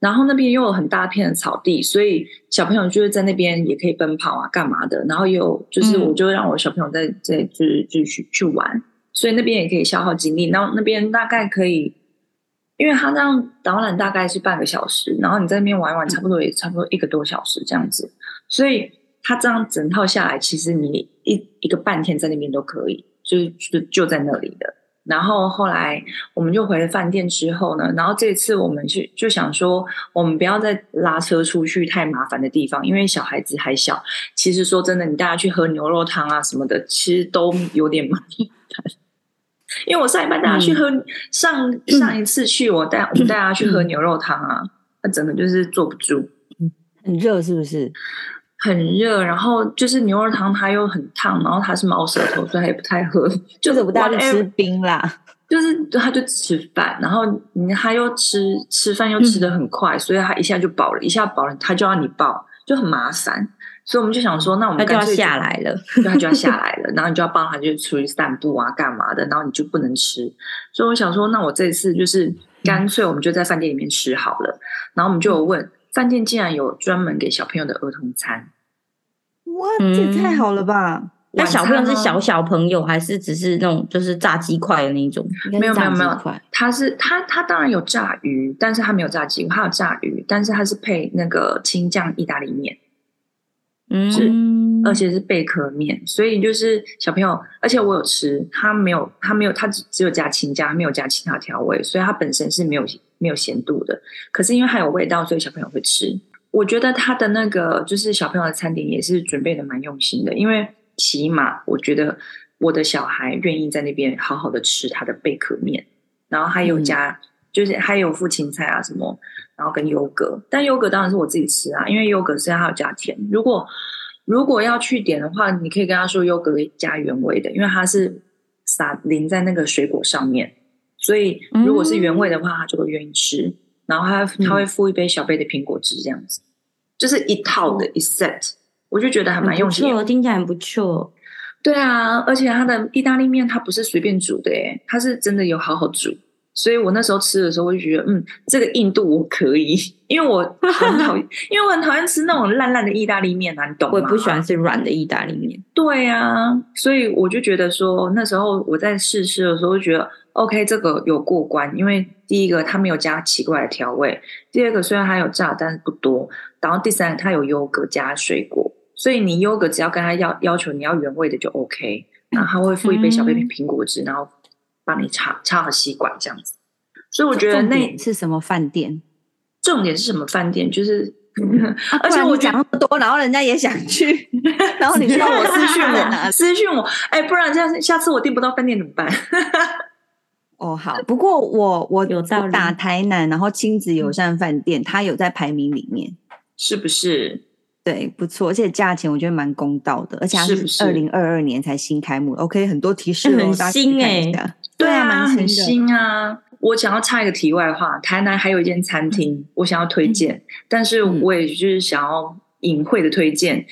Speaker 3: 然后那边又有很大片的草地，所以小朋友就是在那边也可以奔跑啊，干嘛的。然后也有就是
Speaker 2: 嗯
Speaker 3: 我就让我小朋友在在就是就是去去玩，所以那边也可以消耗精力。然后那边大概可以，因为他那样导览大概是半个小时，然后你在那边玩一玩，差不多也差不多一个多小时这样子。所以他这样整套下来，其实你一一个半天在那边都可以，就是就就在那里的。然后后来我们就回了饭店之后呢，然后这次我们去就想说，我们不要再拉车出去太麻烦的地方，因为小孩子还小。其实说真的，你带他去喝牛肉汤啊什么的，其实都有点麻烦。因为我上一班带他
Speaker 1: 嗯
Speaker 3: 去喝， 上上一次去我带我们带他去
Speaker 1: 嗯
Speaker 3: 喝牛肉汤啊，那整个就是坐不住。
Speaker 1: 很热是不是？
Speaker 3: 很热，然后就是牛肉汤它又很烫，然后它是毛舌头，所以它也不太喝，
Speaker 1: 就
Speaker 3: 就
Speaker 1: 是是我大家去
Speaker 3: whatever
Speaker 1: 吃冰啦。
Speaker 3: 就是他就吃饭，然后你他又吃吃饭又吃的很快，所以他一下就饱了，一下饱了他就要你抱，就很麻烦。所以我们就想说，那我
Speaker 2: 那
Speaker 3: 们
Speaker 2: 就
Speaker 3: 干
Speaker 2: 要
Speaker 3: 脆
Speaker 2: 下来了。
Speaker 3: 对，他就要下来了，然后你就要帮他就出去散步啊，干嘛的，然后你就不能吃。所以我想说，那我这次就是干脆我们就在饭店里面吃好了。然后我们就有问，饭店竟然有专门给小朋友的儿童餐，
Speaker 1: 哇，这也太好了吧！
Speaker 2: 那小朋友是
Speaker 3: 晚餐呢啊
Speaker 2: 小小朋友，还是只是那种就是炸鸡块的那一种？
Speaker 1: 应该是炸鸡
Speaker 3: 嗯没有没有
Speaker 1: 块
Speaker 3: 它是它它当然有炸鱼，但是它没有炸鸡，它有炸鱼，但是它是配那个青酱意大利面，是
Speaker 2: 嗯，
Speaker 3: 而且是贝壳面，所以就是小朋友，而且我有吃，它没有它没有它只只有加青酱，它没有加其他调味，所以它本身是没有没有咸度的。可是因为还有味道，所以小朋友会吃。我觉得它的那个就是小朋友的餐点也是准备的蛮用心的，因为起码我觉得我的小孩愿意在那边好好的吃他的贝壳面。然后还有加，就是还有附芹菜啊什么，然后跟优格。但优格当然是我自己吃啊，因为优格是它有加甜。如果如果要去点的话，你可以跟他说优格加原味的，因为它是撒淋在那个水果上面，所以如果是原味的话，他就会愿意吃。然后他
Speaker 2: 嗯
Speaker 3: 他会附一杯小杯的苹果汁这样子，就是一套的一 set，我就觉得还蛮
Speaker 2: 哦很
Speaker 3: 用
Speaker 2: 不
Speaker 3: 心的。
Speaker 2: 错，听起来很不错。
Speaker 3: 对啊，而且它的意大利面它不是随便煮的耶，它是真的有好好煮，所以我那时候吃的时候，我就觉得，嗯，这个硬度我可以，因为我很讨厌， 因为我很讨厌吃那种烂烂的意大利面啊，你懂吗？
Speaker 2: 我也不喜欢吃软的意大利面。
Speaker 3: 对啊，所以我就觉得说，那时候我在试吃的时候就觉得，OK，这个有过关，因为第一个它没有加奇怪的调味，第二个虽然它有炸，但是不多，然后第三个它有优格加水果，所以你优格只要跟他要要求你要原味的就 OK，那他会付一杯小杯
Speaker 2: 嗯
Speaker 3: 苹果汁，然后帮你插插好吸管这样子。所以我觉得
Speaker 1: 重
Speaker 3: 那
Speaker 1: 点是什么饭店？
Speaker 3: 重点是什么饭 店？就是，
Speaker 1: 啊
Speaker 3: 而
Speaker 1: 不
Speaker 3: 且
Speaker 1: 然
Speaker 3: 我
Speaker 1: 你
Speaker 3: 觉
Speaker 1: 讲
Speaker 3: 得
Speaker 1: 那么多，然后人家也想 去，然后你知道我私讯在哪里？
Speaker 3: 私讯我，哎、不然下次下次我订不到饭店怎么办？
Speaker 1: 哦，好。不过我我
Speaker 2: 有道理
Speaker 1: 我打台南，然后亲子友善饭
Speaker 3: 嗯
Speaker 1: 店，它有在排名里面，
Speaker 3: 是不是？
Speaker 1: 对，不错，而且价钱我觉得蛮公道的，而且它
Speaker 3: 是不是
Speaker 1: 二零二二年才新开幕。OK，很多提示哦，
Speaker 2: 很
Speaker 1: 大家
Speaker 2: 新
Speaker 1: 去看一
Speaker 2: 欸
Speaker 1: 下
Speaker 3: 对
Speaker 1: 啊，
Speaker 3: 啊，
Speaker 1: 蛮
Speaker 3: 很
Speaker 1: 新的。
Speaker 3: 新啊！我想要插一个题外话，台南还有一间餐
Speaker 1: 嗯
Speaker 3: 厅，我想要推荐，但是我也就是想要隐晦的推荐，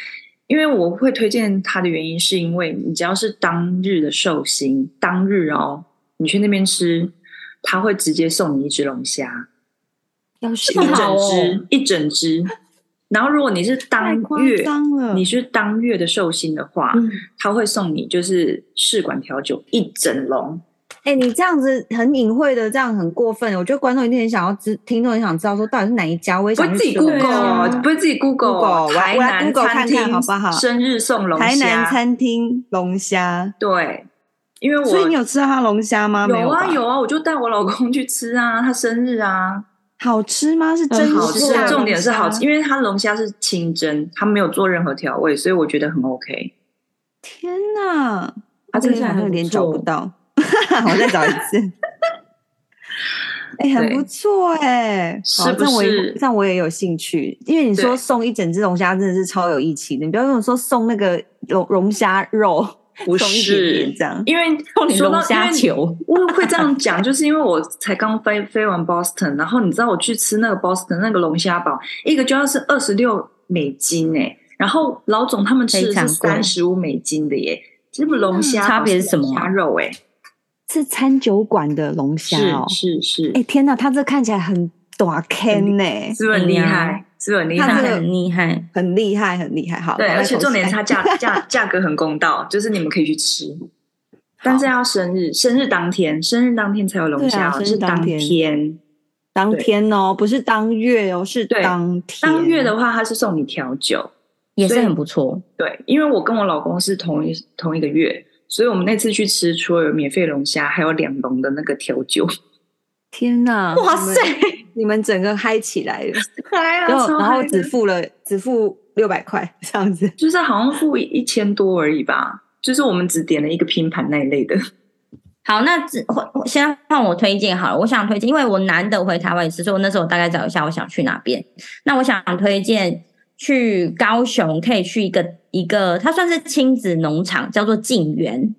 Speaker 3: 因为我会推荐它的原因是因为你只要是当日的寿星，当日哦，你去那边吃，他会直接送你一只龙虾。
Speaker 1: 要是
Speaker 2: 这么
Speaker 3: 一
Speaker 2: 好
Speaker 3: 整
Speaker 2: 哦
Speaker 3: 只、一整只。然后如果你是
Speaker 1: 太
Speaker 3: 当
Speaker 1: 夸
Speaker 3: 月，
Speaker 1: 张了，
Speaker 3: 你是当月的寿星的话，
Speaker 2: 嗯，
Speaker 3: 他会送你就是试管调酒一整笼。
Speaker 1: 哎、你这样子很隐晦的，这样很过分。我觉得观众一定很想要知，听众很想知道说到底是哪一家，我也
Speaker 3: 不
Speaker 1: 想
Speaker 3: 是
Speaker 1: 去
Speaker 3: 自己
Speaker 1: 吃我
Speaker 3: Google，
Speaker 1: 们
Speaker 2: 对啊
Speaker 3: 哦、不是自己 Google，哦
Speaker 1: Google，我
Speaker 3: 台
Speaker 1: 我来
Speaker 3: 南
Speaker 1: Google
Speaker 3: 餐厅
Speaker 1: 看看好不好
Speaker 3: 生日送龙虾，
Speaker 1: 台南餐厅龙虾。
Speaker 3: 对，因为我
Speaker 1: 所以你有吃到它龙虾吗？没
Speaker 3: 有啊
Speaker 1: 吧
Speaker 3: 有啊，我就带我老公去吃啊，他生日啊，
Speaker 1: 好吃吗？是
Speaker 2: 很
Speaker 1: 真
Speaker 3: 好
Speaker 2: 是
Speaker 3: 吃啊
Speaker 1: 的，
Speaker 3: 重点是好吃，
Speaker 1: 龙虾。
Speaker 3: 因为它龙虾是清蒸，它没有做任何调味，所以我觉得很 OK。
Speaker 1: 天哪！
Speaker 2: 啊
Speaker 1: 这
Speaker 2: 这
Speaker 1: 个
Speaker 2: 个看起来
Speaker 1: 好像有
Speaker 2: 很不
Speaker 1: 点找
Speaker 2: 错
Speaker 1: 不 到，我再找一次。哎、很
Speaker 3: 对
Speaker 1: 不错哎、
Speaker 3: 是
Speaker 1: 好
Speaker 3: 不
Speaker 1: 这样我也
Speaker 3: 是
Speaker 1: 这样我也有兴趣，因为你说
Speaker 3: 对
Speaker 1: 送一整只龙虾真的是超有义气的，你不要跟我说送那个龙龙虾肉，
Speaker 3: 不
Speaker 1: 送一点
Speaker 3: 是
Speaker 1: 点这样。
Speaker 3: 因为
Speaker 2: 送你
Speaker 3: 说
Speaker 2: 龙
Speaker 3: 到因
Speaker 2: 虾
Speaker 3: 为
Speaker 2: 球，
Speaker 3: 我会这样讲，就是因为我才刚飞飞完 Boston，然后你知道我去吃那个 Boston 那个龙虾堡，一个就要是二十六美金哎、然后老总他们吃
Speaker 2: 非
Speaker 3: 的
Speaker 2: 常
Speaker 3: 是
Speaker 2: 贵
Speaker 3: 三十五美金的耶，这不龙虾
Speaker 2: 差别是什么啊
Speaker 3: 龙虾肉哎、
Speaker 1: 是餐酒馆的龙虾哦。
Speaker 3: 是是是，
Speaker 1: 哎、天哪，它这看起来很短 can 呢、
Speaker 3: 是不是很厉
Speaker 2: 哎
Speaker 3: 害
Speaker 2: 呀？
Speaker 3: 是不是很厉
Speaker 1: 那这
Speaker 2: 他
Speaker 1: 个
Speaker 3: 害？
Speaker 2: 很厉害。
Speaker 1: 很厉害，很厉害。好，
Speaker 3: 对，
Speaker 1: 赶快
Speaker 3: 而且
Speaker 1: 口
Speaker 3: 重点
Speaker 1: 起
Speaker 3: 是
Speaker 1: 来
Speaker 3: 它价 价价格很公道，就是你们可以去吃，但是要生日，生日当天，生日当天才有龙
Speaker 1: 对
Speaker 3: 虾
Speaker 1: 啊
Speaker 3: 哦，
Speaker 1: 生日
Speaker 3: 是
Speaker 1: 当
Speaker 3: 当
Speaker 1: 天
Speaker 3: 天。
Speaker 1: 当天哦，不是当月哦，是
Speaker 3: 对
Speaker 1: 当天。哦
Speaker 3: 当月的话，它是送你调酒，
Speaker 2: 也
Speaker 3: 所
Speaker 2: 是
Speaker 3: 以
Speaker 2: 很不错，
Speaker 3: 对，因为我跟我老公是同一同一个月，所以我们那次去吃，除了有免费龙虾，还有两笼的那个调 酒。
Speaker 1: 天哪！
Speaker 2: 哇
Speaker 1: 你们
Speaker 2: 塞，啊
Speaker 1: 你们整个嗨起来 了，
Speaker 3: 哎呀
Speaker 1: 然后
Speaker 3: 超
Speaker 1: 然后
Speaker 3: 嗨
Speaker 1: 只
Speaker 3: 的
Speaker 1: 付了只付六百块这样子。
Speaker 3: 就是好像付一千多而已吧，就是我们只点了一个拼盘那一类的。
Speaker 2: 好，那只换现在换我推荐好了。我想推荐，因为我难得回台湾一次，所以我那时候大概找一下我想去哪边。那我想推荐去高雄，可以去一个一个，它算是亲子农场，叫做静园。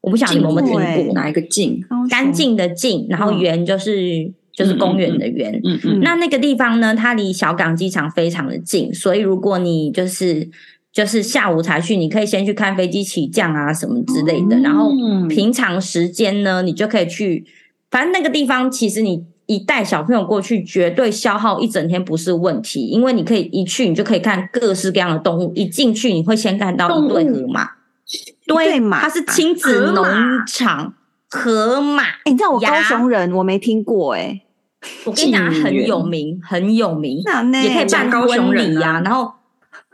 Speaker 2: 我不想你们有没有
Speaker 1: 静园
Speaker 2: 听过？
Speaker 3: 哪一个进？
Speaker 2: 干净的净，然后
Speaker 1: 嗯
Speaker 2: 园就是、就是公园的园。
Speaker 3: 嗯
Speaker 1: 嗯
Speaker 2: 那那个地方呢，它离小港机场非常的近，所以如果你就是就是下午才去，你可以先去看飞机起降啊什么之类的，然后
Speaker 3: 嗯
Speaker 2: 平常时间呢，你就可以去，反正那个地方其实你。一带小朋友过去，绝对消耗一整天不是问题，因为你可以一去你就可以看各式各样的动物，一进去你会先看到一对
Speaker 3: 动物
Speaker 2: 河马，
Speaker 1: 对马
Speaker 2: 它是亲子
Speaker 3: 河
Speaker 2: 农
Speaker 3: 马
Speaker 2: 场河马，
Speaker 1: 哎、你知道我高
Speaker 2: 呀
Speaker 1: 雄人，我没听过哎、
Speaker 2: 嗯我跟你讲，它
Speaker 3: 静
Speaker 2: 很
Speaker 3: 园
Speaker 2: 有名，很有名，
Speaker 1: 那呢
Speaker 2: 也可以嗯办
Speaker 3: 讲高雄
Speaker 2: 婚
Speaker 3: 人
Speaker 2: 礼呀、
Speaker 3: 啊
Speaker 2: 然后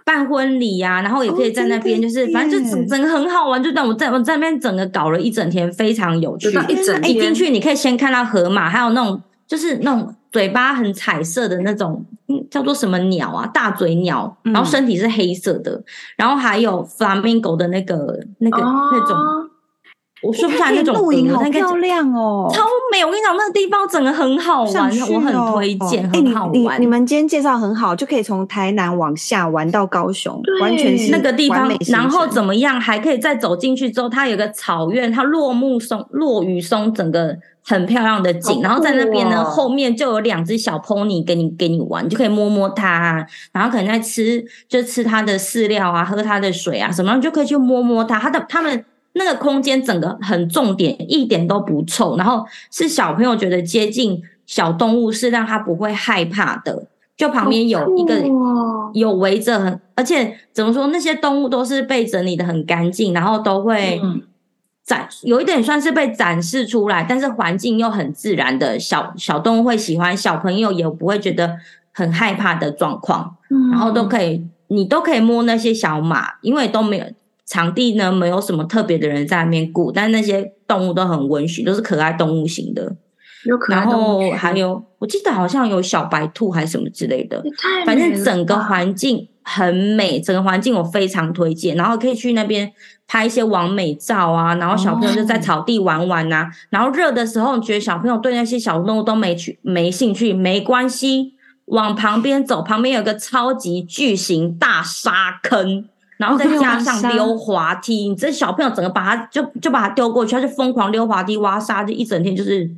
Speaker 2: 办婚礼呀、然后也可以在那边，
Speaker 1: 哦
Speaker 2: 就
Speaker 1: 真的
Speaker 2: 是、反正就
Speaker 1: 耶
Speaker 2: 整整个很好玩，就但我在我在那边整个搞了一整天，非常有趣
Speaker 3: 就。到一整
Speaker 2: 一进
Speaker 3: 天。
Speaker 2: 去你可以先看到河马，还有那种就是那种嘴巴很彩色的那种，嗯，叫做什么鸟啊，大嘴鸟，
Speaker 1: 嗯
Speaker 2: 然后身体是黑色的，然后还有 flamingo 的那个那个、那种，
Speaker 3: 哦
Speaker 2: 我说不出
Speaker 1: 它
Speaker 2: 来那
Speaker 1: 连
Speaker 2: 种啊
Speaker 1: 露
Speaker 2: 鹅
Speaker 1: 营好
Speaker 2: 那个
Speaker 1: 漂亮哦，
Speaker 2: 超美！我跟你讲，那个地方整个很
Speaker 1: 好
Speaker 2: 好
Speaker 1: 想
Speaker 2: 玩，
Speaker 1: 去
Speaker 2: 我很
Speaker 1: 哦
Speaker 2: 推荐，
Speaker 1: 哦哎
Speaker 2: 很好
Speaker 1: 你你
Speaker 2: 玩。
Speaker 1: 你们今天介绍很好，就可以从台南往下玩到高雄，完全是
Speaker 3: 对
Speaker 2: 那个地
Speaker 1: 完
Speaker 2: 方
Speaker 1: 美，行
Speaker 2: 然后
Speaker 1: 程
Speaker 2: 怎么样，还可以再走进去之后，它有个草原，它落木松、落雨松，整个很漂亮的景。
Speaker 3: 好
Speaker 2: 然后在那边呢，
Speaker 3: 酷哦
Speaker 2: 后面就有两只小 pony 给你给你玩，你就可以摸摸它，然后可能在吃就吃它的饲料啊，喝它的水啊什么，你就可以去摸摸它。它的它们那个空间整个很重点，一点都不臭，然后是小朋友觉得接近小动物是让他不会害怕的。就旁边有一个
Speaker 3: 好酷哦
Speaker 2: 有围着很，而且怎么说，那些动物都是被整理的很干净，然后都会
Speaker 3: 嗯
Speaker 2: 展，有一点算是被展示出来，但是环境又很自然的小小动物会喜欢，小朋友也不会觉得很害怕的状况，
Speaker 3: 嗯
Speaker 2: 然后都可以，你都可以摸那些小马，因为都没有场地呢，没有什么特别的人在那边顾，但那些动物都很温驯，都是可爱动物型的，
Speaker 3: 有可爱
Speaker 2: 然
Speaker 3: 动物
Speaker 2: 后
Speaker 3: 区
Speaker 2: 还有我记得好像有小白兔还是什么之类的，
Speaker 3: 也太
Speaker 2: 反
Speaker 3: 美
Speaker 2: 正
Speaker 3: 了
Speaker 2: 整个
Speaker 3: 吧
Speaker 2: 环境很美，整个环境我非常推荐，然后可以去那边拍一些完美照啊，然后小朋友就在
Speaker 1: 哦
Speaker 2: 草地玩玩呐、然后热的时候，觉得小朋友对那些小动物都没去没兴趣，没关系，往旁边走，旁边有个超级巨型大沙坑。然后再
Speaker 1: 哦
Speaker 2: 加上溜滑梯，你这小朋友整个把他就就把他丢过去，他就疯狂溜滑梯、挖沙，就一整天就是，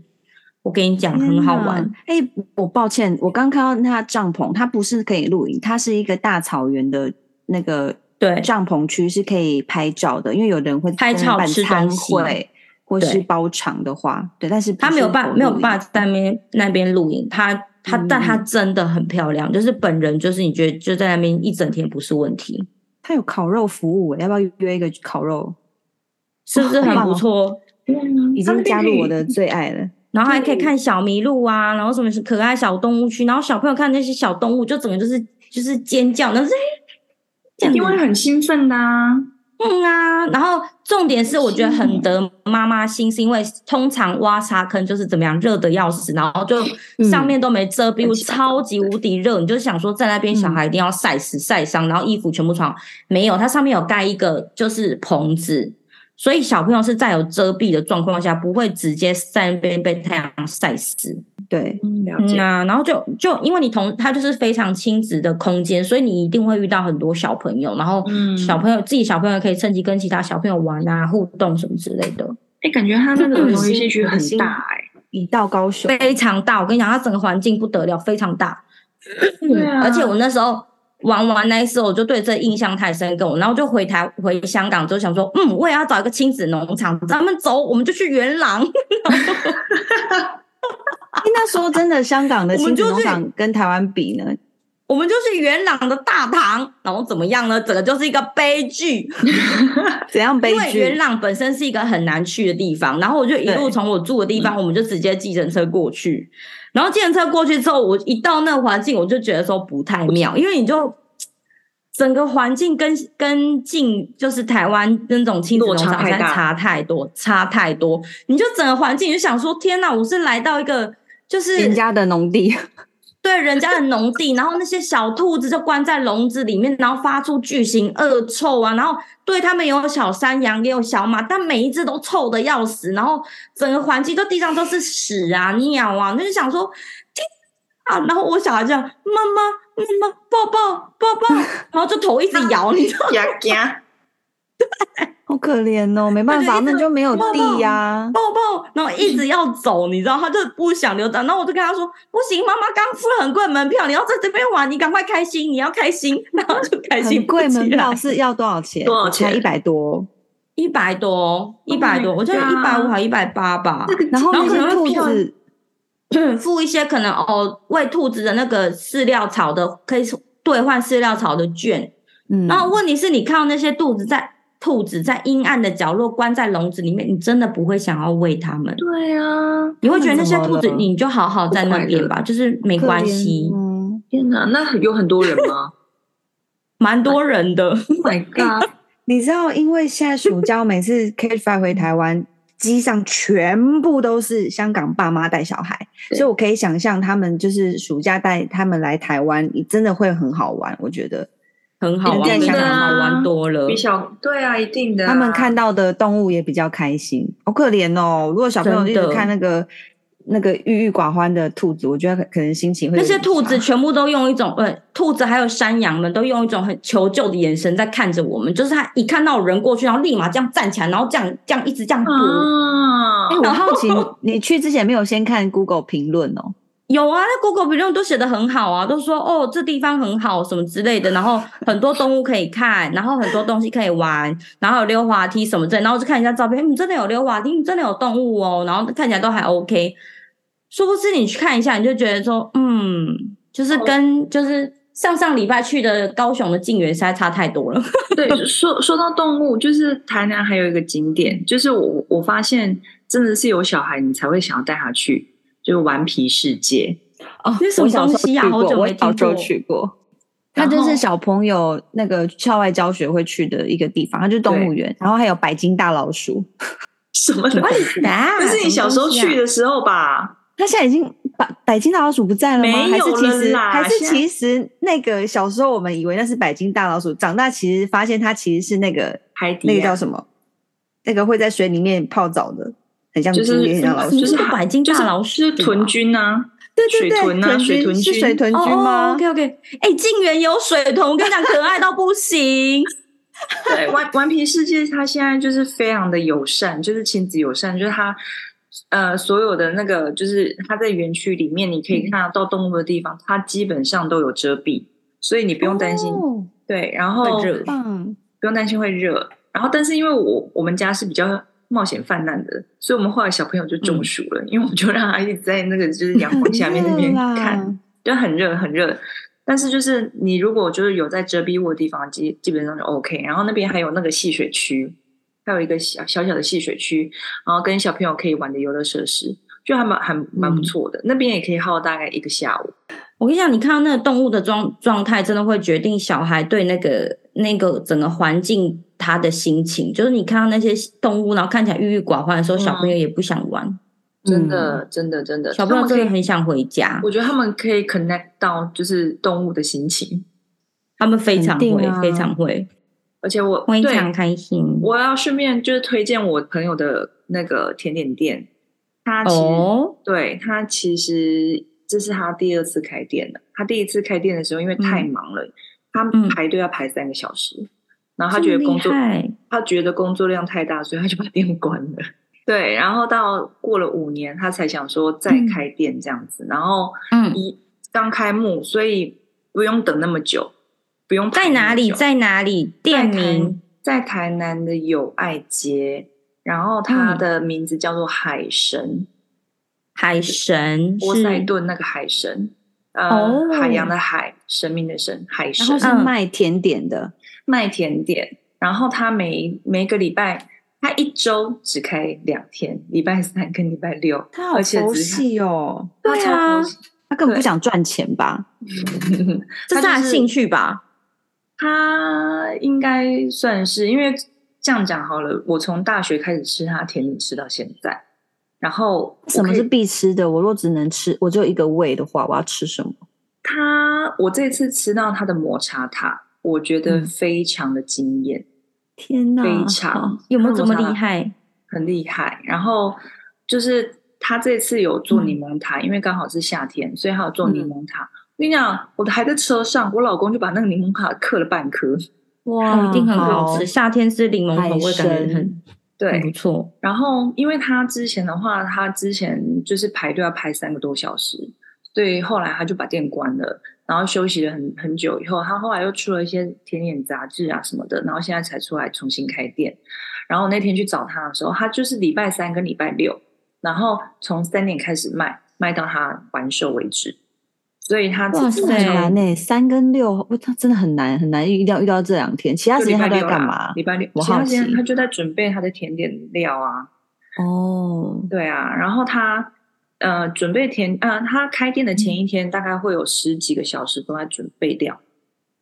Speaker 2: 我跟你讲，很好玩。
Speaker 1: 天哪。哎、我抱歉，我刚看到他帐篷，它不是可以露营，它是一个大草原的那个
Speaker 2: 对
Speaker 1: 帐篷区是可以拍照的，因为有的人会
Speaker 2: 拍
Speaker 1: 在那
Speaker 2: 照
Speaker 1: 办
Speaker 2: 吃
Speaker 1: 餐
Speaker 2: 东西
Speaker 1: 会或是
Speaker 2: 对
Speaker 1: 包场的话，对，但是不
Speaker 2: 他没
Speaker 1: 是
Speaker 2: 有办
Speaker 1: 我
Speaker 2: 没有
Speaker 1: 露营
Speaker 2: 办法在那边那边露营，他他
Speaker 1: 嗯
Speaker 2: 但他真的很漂亮，就是本人就是你觉得就在那边一整天不是问题，
Speaker 1: 他有烤肉服务，欸要不要约一个烤肉？
Speaker 2: 是不是
Speaker 1: 好
Speaker 2: 很
Speaker 1: 棒
Speaker 2: 不
Speaker 1: 哦
Speaker 2: 错？
Speaker 3: 嗯
Speaker 1: 已
Speaker 3: 它那
Speaker 1: 经
Speaker 3: 边
Speaker 1: 加
Speaker 3: 可
Speaker 1: 入
Speaker 3: 以
Speaker 1: 我的最爱了。
Speaker 2: 然后还可以看小麋鹿啊，然后什么是可爱小动物区，然后小朋友看那些小动物就整个就是就是尖叫，但是这样
Speaker 3: 一
Speaker 2: 子
Speaker 3: 定会很兴奋的啊。
Speaker 2: 嗯啊，然后重点是我觉得
Speaker 3: 是
Speaker 2: 很得妈妈心，是因为通常挖沙坑就是怎么样热的要死，然后就
Speaker 1: 嗯
Speaker 2: 上面都没遮蔽物，
Speaker 3: 很少
Speaker 2: 超级无敌热，你就想说在那边小孩一定要晒死晒伤，然后衣服全部穿好，没有，它上面有盖一个就是棚子。所以小朋友是在有遮蔽的状况下，不会直接在那边被太阳晒死。
Speaker 1: 对，
Speaker 3: 嗯，了
Speaker 2: 嗯
Speaker 3: 解。
Speaker 2: 啊，然后就就因为你同它就是非常亲子的空间，所以你一定会遇到很多小朋友，然后
Speaker 3: 嗯
Speaker 2: 小朋友、自己小朋友可以趁机跟其他小朋友玩啊、互动什么之类的，
Speaker 3: 哎，感觉它那
Speaker 2: 嗯
Speaker 3: 个儿童游戏区很
Speaker 1: 很新
Speaker 3: 大哎。
Speaker 1: 一到高雄，
Speaker 2: 非常大。我跟你讲，它整个环境不得了，非常大。
Speaker 3: 对啊
Speaker 2: 而 且我那时候玩完那一次，我就对这印象太深刻，我然后就回台回香港之后想说，嗯，我也要找一个亲子农场，咱们走，我们就去元朗。
Speaker 1: 哎那时候真的香港的
Speaker 2: 我们
Speaker 1: 亲子
Speaker 2: 就
Speaker 1: 农
Speaker 2: 是
Speaker 1: 场跟台湾比呢，
Speaker 2: 我们就去元朗的大堂，然后怎么样呢？整个就是一个悲剧。
Speaker 1: 怎样悲
Speaker 2: 因为元
Speaker 1: 剧？
Speaker 2: 朗本身是一个很难去的地方，然后我就一路
Speaker 1: 对嗯
Speaker 2: 从我住的地方，我们就直接计程车过去。然后计程车过去之后，我一到那个环境，我就觉得说不太妙，因为你就整个环境跟跟近就是台湾那种亲子农
Speaker 3: 落
Speaker 2: 场
Speaker 3: 差太
Speaker 2: 山
Speaker 3: 大
Speaker 2: 差太多，差太多。你就整个环境，你就想说天哪，我是来到一个就是
Speaker 1: 人家的农地，
Speaker 2: 对人家的农地，然后那些小兔子就关在笼子里面，然后发出巨型恶臭啊，然后对他们有小山羊，也有小马，但每一只都臭的要死，然后整个环境都地上都是屎啊、尿啊，那就想说，天啊！然后我小孩这样，妈妈妈妈抱抱抱 抱，然后就头一直摇，你知道吗，
Speaker 3: 呀呀，
Speaker 1: 好可怜哦，没办
Speaker 2: 对
Speaker 1: 法，
Speaker 2: 一直
Speaker 1: 那就没有地呀、
Speaker 2: 抱抱，然后一直要走，你知道，他就不想留着，然后我就跟他说，不行，妈妈刚付了很贵的门票，你要在这边玩，你赶快开心，你要开心，然后就开心
Speaker 1: 很
Speaker 2: 不
Speaker 1: 贵，
Speaker 2: 起
Speaker 1: 门
Speaker 2: 来
Speaker 1: 票是要多少钱？
Speaker 3: 多少钱
Speaker 1: 一百多。
Speaker 2: 一百多，一百多，
Speaker 1: Oh
Speaker 3: my
Speaker 2: 我觉得一百
Speaker 3: God
Speaker 2: 五还一百八 吧。
Speaker 3: 这个
Speaker 1: 然后
Speaker 2: 然
Speaker 1: 那
Speaker 2: 后可能
Speaker 1: 些
Speaker 2: 会
Speaker 1: 兔
Speaker 2: 票
Speaker 1: 子，
Speaker 2: 付一些可能哦，喂兔子的那个饲料草的，可以兑换饲料草的券。
Speaker 1: 嗯，
Speaker 2: 然后问题是，你看到那些兔子在兔子在阴暗的角落关在笼子里面，你真的不会想要喂它们，
Speaker 3: 对啊，
Speaker 2: 你会觉得那些
Speaker 1: 它们
Speaker 2: 兔
Speaker 1: 怎
Speaker 2: 子
Speaker 1: 么了
Speaker 2: 你就好好在那边吧，就是没
Speaker 1: 可
Speaker 2: 关
Speaker 1: 怜
Speaker 2: 系，
Speaker 1: 哦
Speaker 3: 天哪，那有很多人吗
Speaker 2: 蛮多人的。
Speaker 3: ？Oh my god！
Speaker 1: 你知道，因为现在暑假，我每次 catch fly 回台湾，机上全部都是香港爸妈带小孩，
Speaker 3: 对
Speaker 1: 所以我可以想象他们就是暑假带他们来台湾，真的会很好玩。我觉得
Speaker 2: 很好玩，
Speaker 1: 人
Speaker 2: 非
Speaker 1: 家
Speaker 2: 常
Speaker 1: 想
Speaker 2: 好玩多了
Speaker 3: 比。小对啊，一定的啊。
Speaker 1: 他们看到的动物也比较开心，好可怜哦。如果小朋友一
Speaker 2: 真
Speaker 1: 直
Speaker 2: 的
Speaker 1: 看那个那个郁郁寡欢的兔子，我觉得可能心情会
Speaker 2: 那
Speaker 1: 有
Speaker 2: 些
Speaker 1: 点
Speaker 2: 兔子
Speaker 1: 差
Speaker 2: 全部都用一种，呃，兔子还有山羊们都用一种很求救的眼神在看着我们，就是它一看到人过去，然后立马这样站起来，然后这样这样一直这样拨。
Speaker 3: 啊
Speaker 1: 嗯哎、，我好奇你，你去之前没有先看 Google 评论哦？
Speaker 2: 有啊，那 Google 评论都写的很好啊，都说哦这地方很好什么之类的，然后很多动物可以看，然后很多东西可以玩，然后有溜滑梯什么之类的，然后我就看一下照片，嗯，真的有溜滑梯，嗯真的有动物哦，然后看起来都还 OK。殊不知你去看一下，你就觉得说，嗯，就是跟、就是上上礼拜去的高雄的静园实在差太多了。
Speaker 3: 对，说说到动物，就是台南还有一个景点，就是我我发现真的是有小孩你才会想要带他去，就是顽皮世界。
Speaker 1: 哦，
Speaker 2: 那什么
Speaker 1: 我小时候
Speaker 2: 东西啊
Speaker 1: 去
Speaker 2: 好久
Speaker 1: 过
Speaker 2: 没
Speaker 1: 我小
Speaker 2: 听
Speaker 1: 时候
Speaker 2: 过
Speaker 1: 去过。它就
Speaker 2: 然后
Speaker 1: 是小朋友那个校外教学会去的一个地方，它就是动物园，然后还有白金大老鼠。
Speaker 3: 什么 的？
Speaker 2: What is that？
Speaker 3: 那是你小时候
Speaker 2: 啊
Speaker 3: 去的时候吧？
Speaker 1: 它现在已经把白金大老鼠不在了吗？
Speaker 3: 没
Speaker 1: 还
Speaker 3: 有
Speaker 1: 是其实
Speaker 3: 了啦
Speaker 1: 还
Speaker 3: 现
Speaker 1: 是
Speaker 3: 在
Speaker 1: 其实那个小时候我们以为那是白金大老鼠，长大其实发现它其实是那个
Speaker 3: 海底
Speaker 1: 那个
Speaker 3: 啊
Speaker 1: 叫什么？那个会在水里面泡澡的，很像
Speaker 3: 就是
Speaker 1: 猪也很像老鼠
Speaker 2: 什。么
Speaker 3: 就是
Speaker 2: 那个
Speaker 3: 海
Speaker 2: 白金
Speaker 3: 就是
Speaker 2: 大老
Speaker 3: 就
Speaker 2: 鼠
Speaker 3: 是豚
Speaker 2: 啊
Speaker 3: 菌啊，
Speaker 1: 对对对，
Speaker 3: 水豚啊水豚
Speaker 1: 是
Speaker 3: 菌
Speaker 1: 水豚
Speaker 2: 哦
Speaker 1: 菌吗？
Speaker 2: OK OK，哎、静园有水豚，我跟你讲，可爱到不行。
Speaker 3: 对，顽顽皮世界它现在就是非常的友善，就是亲子友善，就是它呃所有的那个，就是它在园区里面你可以看得到动物的地方，它基本上都有遮蔽，所以你不用担心。
Speaker 1: 哦
Speaker 3: 对，然后
Speaker 2: 会热
Speaker 1: 棒
Speaker 3: 不用担心会热。然后，但是因为我我们家是比较冒险泛滥的，所以我们后来小朋友就中暑了，因为我们就让他一直在那个就是阳光嗯下面那 边
Speaker 1: 很热啦
Speaker 3: 看，就很热很热。但是就是你如果就是有在遮蔽物的地方，基基本上就 OK。然后那边还有那个戏水区，还有一个小小小的戏水区，然后跟小朋友可以玩的游乐设施，就还蛮还蛮
Speaker 2: 嗯
Speaker 3: 不错的。那边也可以耗大概一个下午。
Speaker 2: 我跟你讲，你看到那个动物的状状态，真的会决定小孩对那个那个整个环境他的心情。就是你看到那些动物，然后看起来郁郁寡欢的时候，
Speaker 3: 嗯
Speaker 2: 小朋友也不想玩，
Speaker 3: 真的，真的，真的，
Speaker 2: 嗯小朋
Speaker 3: 他
Speaker 2: 友
Speaker 3: 们
Speaker 2: 真
Speaker 3: 可
Speaker 2: 的
Speaker 3: 以
Speaker 2: 很想回家，
Speaker 3: 我觉得他们可以 connect 到就是动物的心情，
Speaker 2: 他们非常
Speaker 1: 肯定
Speaker 2: 会，
Speaker 1: 啊
Speaker 2: 非常会，
Speaker 3: 而且我
Speaker 2: 非
Speaker 3: 对
Speaker 2: 常开心。
Speaker 3: 我要顺便就是推荐我朋友的那个甜点店，他其实、
Speaker 2: 哦，
Speaker 3: 对他其实这是他第二次开店了。他第一次开店的时候，因为太忙了，
Speaker 2: 嗯
Speaker 3: 他排队要排三个小时，然后他
Speaker 2: 这么
Speaker 3: 觉得工作
Speaker 2: 厉害
Speaker 3: 他觉得工作量太大，所以他就把店关了。对，然后到过了五年，他才想说再
Speaker 2: 嗯
Speaker 3: 开店这样子。然后
Speaker 2: 嗯
Speaker 3: 一刚开幕，所以不用等那么久，不用排
Speaker 2: 在
Speaker 3: 那
Speaker 2: 哪
Speaker 3: 么
Speaker 2: 里？
Speaker 3: 久
Speaker 2: 在哪里？店名
Speaker 3: 在台南的友爱街，然后
Speaker 2: 嗯
Speaker 3: 它的名字叫做海神，
Speaker 2: 海神
Speaker 3: 波塞
Speaker 2: 是
Speaker 3: 顿那个海神，呃，
Speaker 2: 哦
Speaker 3: 海洋的海，神明的神，海
Speaker 1: 然
Speaker 3: 神
Speaker 1: 后是
Speaker 2: 嗯
Speaker 1: 卖甜点的，
Speaker 3: 卖甜点，然后它每每个礼拜。它一周只开两天，礼拜三跟礼拜六，
Speaker 1: 它
Speaker 3: 而且
Speaker 1: 佛
Speaker 3: 只
Speaker 1: 系哦，
Speaker 3: 它
Speaker 2: 对
Speaker 3: 超
Speaker 2: 啊
Speaker 3: 佛系
Speaker 1: 它根本不
Speaker 3: 对
Speaker 1: 想赚钱 吧？
Speaker 2: 这是
Speaker 3: 他
Speaker 2: 他
Speaker 3: 就
Speaker 2: 的
Speaker 3: 是
Speaker 2: 兴趣吧？
Speaker 3: 它应该算是，因为这样讲好了，我从大学开始吃它甜点吃到现在，然后我
Speaker 1: 什么
Speaker 3: 可以
Speaker 1: 是必吃的？我若只能吃，我只有一个胃的话，我要吃什么？
Speaker 3: 它，我这次吃到它的抹茶塔，我觉得
Speaker 1: 嗯
Speaker 3: 非常的惊艳，
Speaker 1: 天哪，
Speaker 3: 非常
Speaker 2: 嗯有没有这么厉？
Speaker 3: 它的抹茶塔
Speaker 2: 害？
Speaker 3: 很厉害。然后就是它这次有做柠檬塔，因为刚好是夏天，所以它有做柠檬塔。我跟你讲，我还在车上，我老公就把那个柠檬塔刻了半颗。
Speaker 1: 哇
Speaker 2: 哦一定很好
Speaker 1: 好
Speaker 2: 吃。夏天吃柠檬
Speaker 1: 海
Speaker 2: 口味，感觉
Speaker 1: 参
Speaker 2: 很很不
Speaker 3: 对，
Speaker 2: 错。
Speaker 3: 然后因为他之前的话，他之前就是排队要排三个多小时，所以后来他就把店关了，然后休息了很很久以后，他后来又出了一些甜点杂志啊什么的，然后现在才出来重新开店。然后我那天去找他的时候，他就是礼拜三跟礼拜六，然后从三点开始卖，卖到他完售为止。所以他
Speaker 2: 哇
Speaker 1: 真的很
Speaker 2: 塞
Speaker 1: 难呢、欸三跟六，我它真的很难很难，一定要遇到这两天，其他
Speaker 3: 就
Speaker 1: 时
Speaker 3: 礼
Speaker 1: 间
Speaker 3: 拜
Speaker 1: 他都在
Speaker 3: 六
Speaker 1: 干
Speaker 3: 啦
Speaker 1: 嘛？
Speaker 3: 礼拜六，
Speaker 1: 我
Speaker 3: 其他
Speaker 1: 好
Speaker 3: 时间
Speaker 1: 奇
Speaker 3: 他就在准备他的甜点料啊，
Speaker 1: 哦，
Speaker 3: 对啊，然后他呃准备填呃他开店的前一天大概会有十几个小时都在准备料，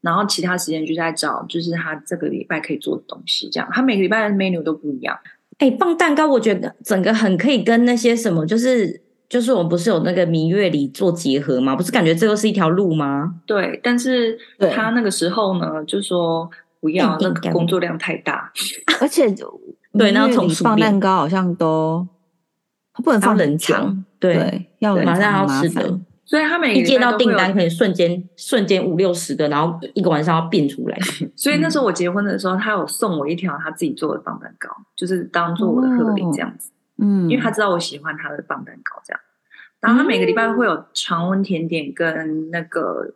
Speaker 3: 然后其他时间就在找就是他这个礼拜可以做的东西，这样他每个礼拜的 menu 都不一样。
Speaker 2: 哎，棒蛋糕，我觉得整个很可以跟那些什么，就是就是我们不是有那个明月里做结合吗？不是感觉这又是一条路吗？
Speaker 3: 对，但是
Speaker 1: 对
Speaker 3: 他那个时候呢，就说不
Speaker 2: 哎
Speaker 3: 要那
Speaker 2: 饼干
Speaker 3: 个工作量太大，
Speaker 1: 而且
Speaker 2: 对那要
Speaker 1: 蜜月里
Speaker 2: 从熟
Speaker 1: 放
Speaker 2: 练
Speaker 1: 蛋糕好像都它不能
Speaker 2: 要
Speaker 1: 放
Speaker 2: 冷
Speaker 1: 很久，
Speaker 2: 藏，对，
Speaker 1: 对，要冷
Speaker 2: 马上
Speaker 1: 藏
Speaker 2: 要
Speaker 1: 很麻
Speaker 2: 吃
Speaker 1: 烦
Speaker 2: 的，
Speaker 3: 所以他每
Speaker 2: 一
Speaker 3: 个礼
Speaker 2: 接
Speaker 3: 拜
Speaker 2: 到
Speaker 3: 都会
Speaker 2: 订
Speaker 3: 有
Speaker 2: 单可以瞬间瞬间五六十个，然后一个晚上要变出来。
Speaker 3: 所以
Speaker 2: 嗯
Speaker 3: 那时候我结婚的时候，他有送我一条他自己做的棒蛋
Speaker 2: 哦
Speaker 3: 糕，就是当做我的贺礼这样子。
Speaker 1: 嗯，
Speaker 3: 因为他知道我喜欢他的棒蛋糕这样。然后他每个礼拜
Speaker 2: 嗯
Speaker 3: 会有常温甜点跟那个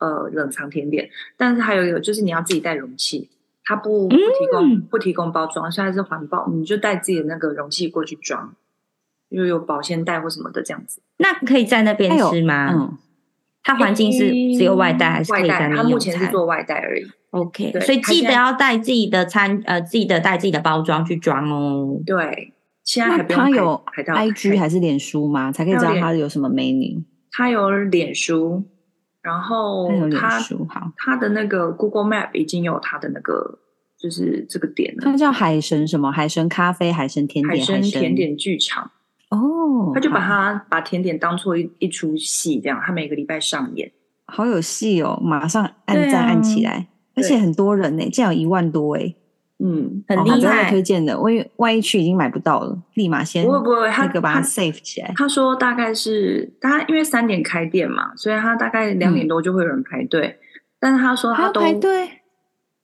Speaker 3: 呃冷藏甜点，但是还有一个就是你要自己带容器，它不不提供、
Speaker 2: 嗯
Speaker 3: 不提供包装，现在是环保，你就带自己的那个容器过去装，又有保鲜袋或什么的这样子。
Speaker 2: 那可以在那边
Speaker 1: 哎呦
Speaker 2: 吃吗？
Speaker 1: 嗯，
Speaker 2: 它环境是只有外带，还是可
Speaker 3: 嗯外
Speaker 2: 以在那
Speaker 3: 带，它
Speaker 2: 边
Speaker 3: 目
Speaker 2: 用
Speaker 3: 前是
Speaker 2: 餐
Speaker 3: 做外带而已。
Speaker 2: ？OK，
Speaker 3: 对
Speaker 2: 所以
Speaker 3: 它
Speaker 2: 记
Speaker 3: 现
Speaker 2: 得
Speaker 3: 在
Speaker 2: 要带自己的餐，呃，自己的带自己的包装去装哦。
Speaker 3: 对，现在
Speaker 1: 那
Speaker 3: 还不用
Speaker 1: 它
Speaker 3: 排
Speaker 1: 有
Speaker 3: 排到
Speaker 1: IG
Speaker 3: 排
Speaker 1: 还是脸书吗？才可以知
Speaker 3: 它有
Speaker 1: 道
Speaker 3: 脸
Speaker 1: 它有什么 menu。
Speaker 3: 它有脸书，然后
Speaker 1: 它有脸
Speaker 3: 哦它
Speaker 1: 书，好，
Speaker 3: 它的那个 Google Map 已经有它的那个就是这个点了
Speaker 1: 它，叫海神什么？海神咖啡、海神甜
Speaker 3: 海
Speaker 1: 点、
Speaker 3: 参
Speaker 1: 海
Speaker 3: 甜点剧场，
Speaker 1: 哦，
Speaker 3: 他就把
Speaker 1: 好
Speaker 3: 它把甜点当做一一出戏这样，他每个礼拜上演。
Speaker 1: 好有戏哦，马上
Speaker 2: 对
Speaker 1: 按赞
Speaker 2: 啊
Speaker 1: 按起来，而
Speaker 3: 对
Speaker 1: 且很多人呢、竟然有一万多哎、
Speaker 3: 嗯，
Speaker 2: 很
Speaker 1: 哦
Speaker 2: 厉
Speaker 1: 好真的
Speaker 2: 害
Speaker 1: 推荐的，我以为万一去已经买不到了，立马先
Speaker 3: 不会不会，他
Speaker 1: 那个把它
Speaker 3: 他
Speaker 1: save 起来。
Speaker 3: 他说大概是他因为三点开店嘛，所以他大概两点多就会有人排队，但是他说
Speaker 1: 还
Speaker 3: 他
Speaker 1: 要
Speaker 3: 都
Speaker 1: 排队，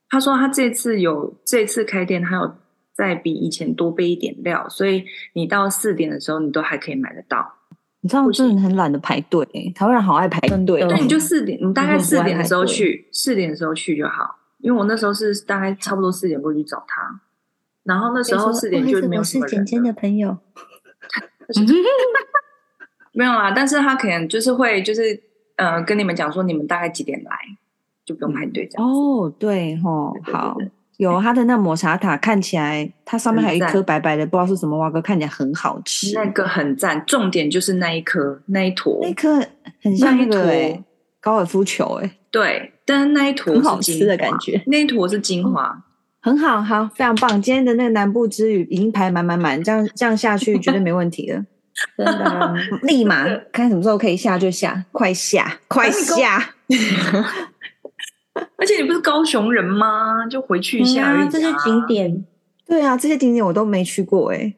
Speaker 3: 他说他这次有这次开店，他有再比以前多备一点料，所以你到四点的时候，你都还可以买得到。
Speaker 1: 你知道我真的很懒得排队、欸，台湾人好爱排队哦、
Speaker 2: 真的
Speaker 3: 对，你就四点，你大概
Speaker 1: 嗯
Speaker 3: 四点的时候
Speaker 1: 我还排队
Speaker 3: 去，四点的时候去就好。因为我那时候是大概差不多四点过去找他，然后那时候四点就没有什么人了。
Speaker 1: 朋友，
Speaker 3: 没有啦，但是他可能就是会就是呃跟你们讲说你们大概几点来，就不用排队这样。
Speaker 1: 哦，对吼，
Speaker 3: 对对
Speaker 1: 好
Speaker 3: 对，
Speaker 1: 有它的那抹茶塔，看起来它上面还有一
Speaker 3: 很赞
Speaker 1: 颗白白的，不知道是什么蛙哥，看起来很好吃。
Speaker 3: 那个很赞，重点就是那一颗那一坨，
Speaker 1: 那颗很像那个、
Speaker 3: 那一坨
Speaker 1: 欸、高尔夫球、欸，
Speaker 3: 对，但是那一坨
Speaker 1: 很
Speaker 3: 是
Speaker 1: 好
Speaker 3: 精
Speaker 1: 吃的
Speaker 3: 华
Speaker 1: 感觉嗯
Speaker 3: 那一坨是精华，
Speaker 1: 很好，好，非常棒。今天的那个南部之旅已经排满满满，这样这样下去绝对没问题 了，啊
Speaker 2: 真的
Speaker 1: 立马看什么时候可以下就下，快下，
Speaker 3: 啊
Speaker 1: 快下！
Speaker 3: 而且你不是高雄人吗？就回去一下而
Speaker 2: 嗯
Speaker 3: 已、
Speaker 2: 啊这是景，点，
Speaker 1: 对啊，这些景点我都没去过哎、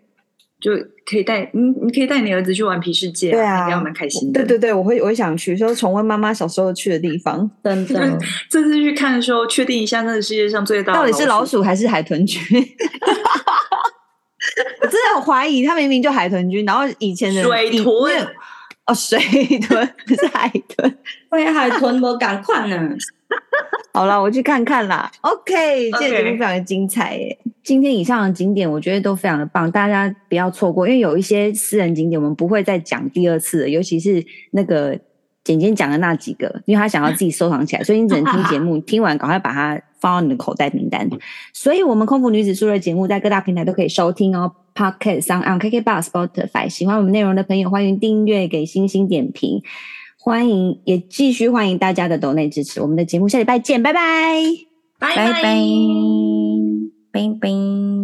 Speaker 3: 就可以带你，你可以带你儿子去玩皮世界、
Speaker 1: 对
Speaker 3: 啊，
Speaker 1: 啊
Speaker 3: 应该蛮开心的。
Speaker 1: 对对对，我会我会想去，说重温妈妈小时候去的地方，
Speaker 2: 真 的。
Speaker 3: 这次去看的时候，确定一下那个世界上最大的
Speaker 1: 到底是老
Speaker 3: 啊鼠。
Speaker 1: 鼠还是海豚菌？ 我真的很怀疑，他明明就海豚菌，然后以前的
Speaker 3: 水
Speaker 1: 以
Speaker 3: 豚
Speaker 1: 因为哦，水豚不是海豚，
Speaker 2: 喂，海豚，我赶快呢。
Speaker 1: 好啦，我去看看啦。OK，这
Speaker 3: OK
Speaker 1: 个节目非常的精彩耶！今天以上的景点我觉得都非常的棒，大家不要错过，因为有一些私人景点我们不会再讲第二次了，尤其是那个简简讲的那几个，因为他想要自己收藏起来，所以你只能听节目，听完赶快把它放到你的口袋名单。所以，我们空服女子宿的节目在各大平台都可以收听哦。Podcast 上、on KKBox、Spotify，喜欢我们内容的朋友，欢迎订阅、给星星点评，欢迎也继续欢迎大家的抖内支持。我们的节目下礼拜见，拜拜。
Speaker 3: 拜
Speaker 2: 拜拜，拜拜。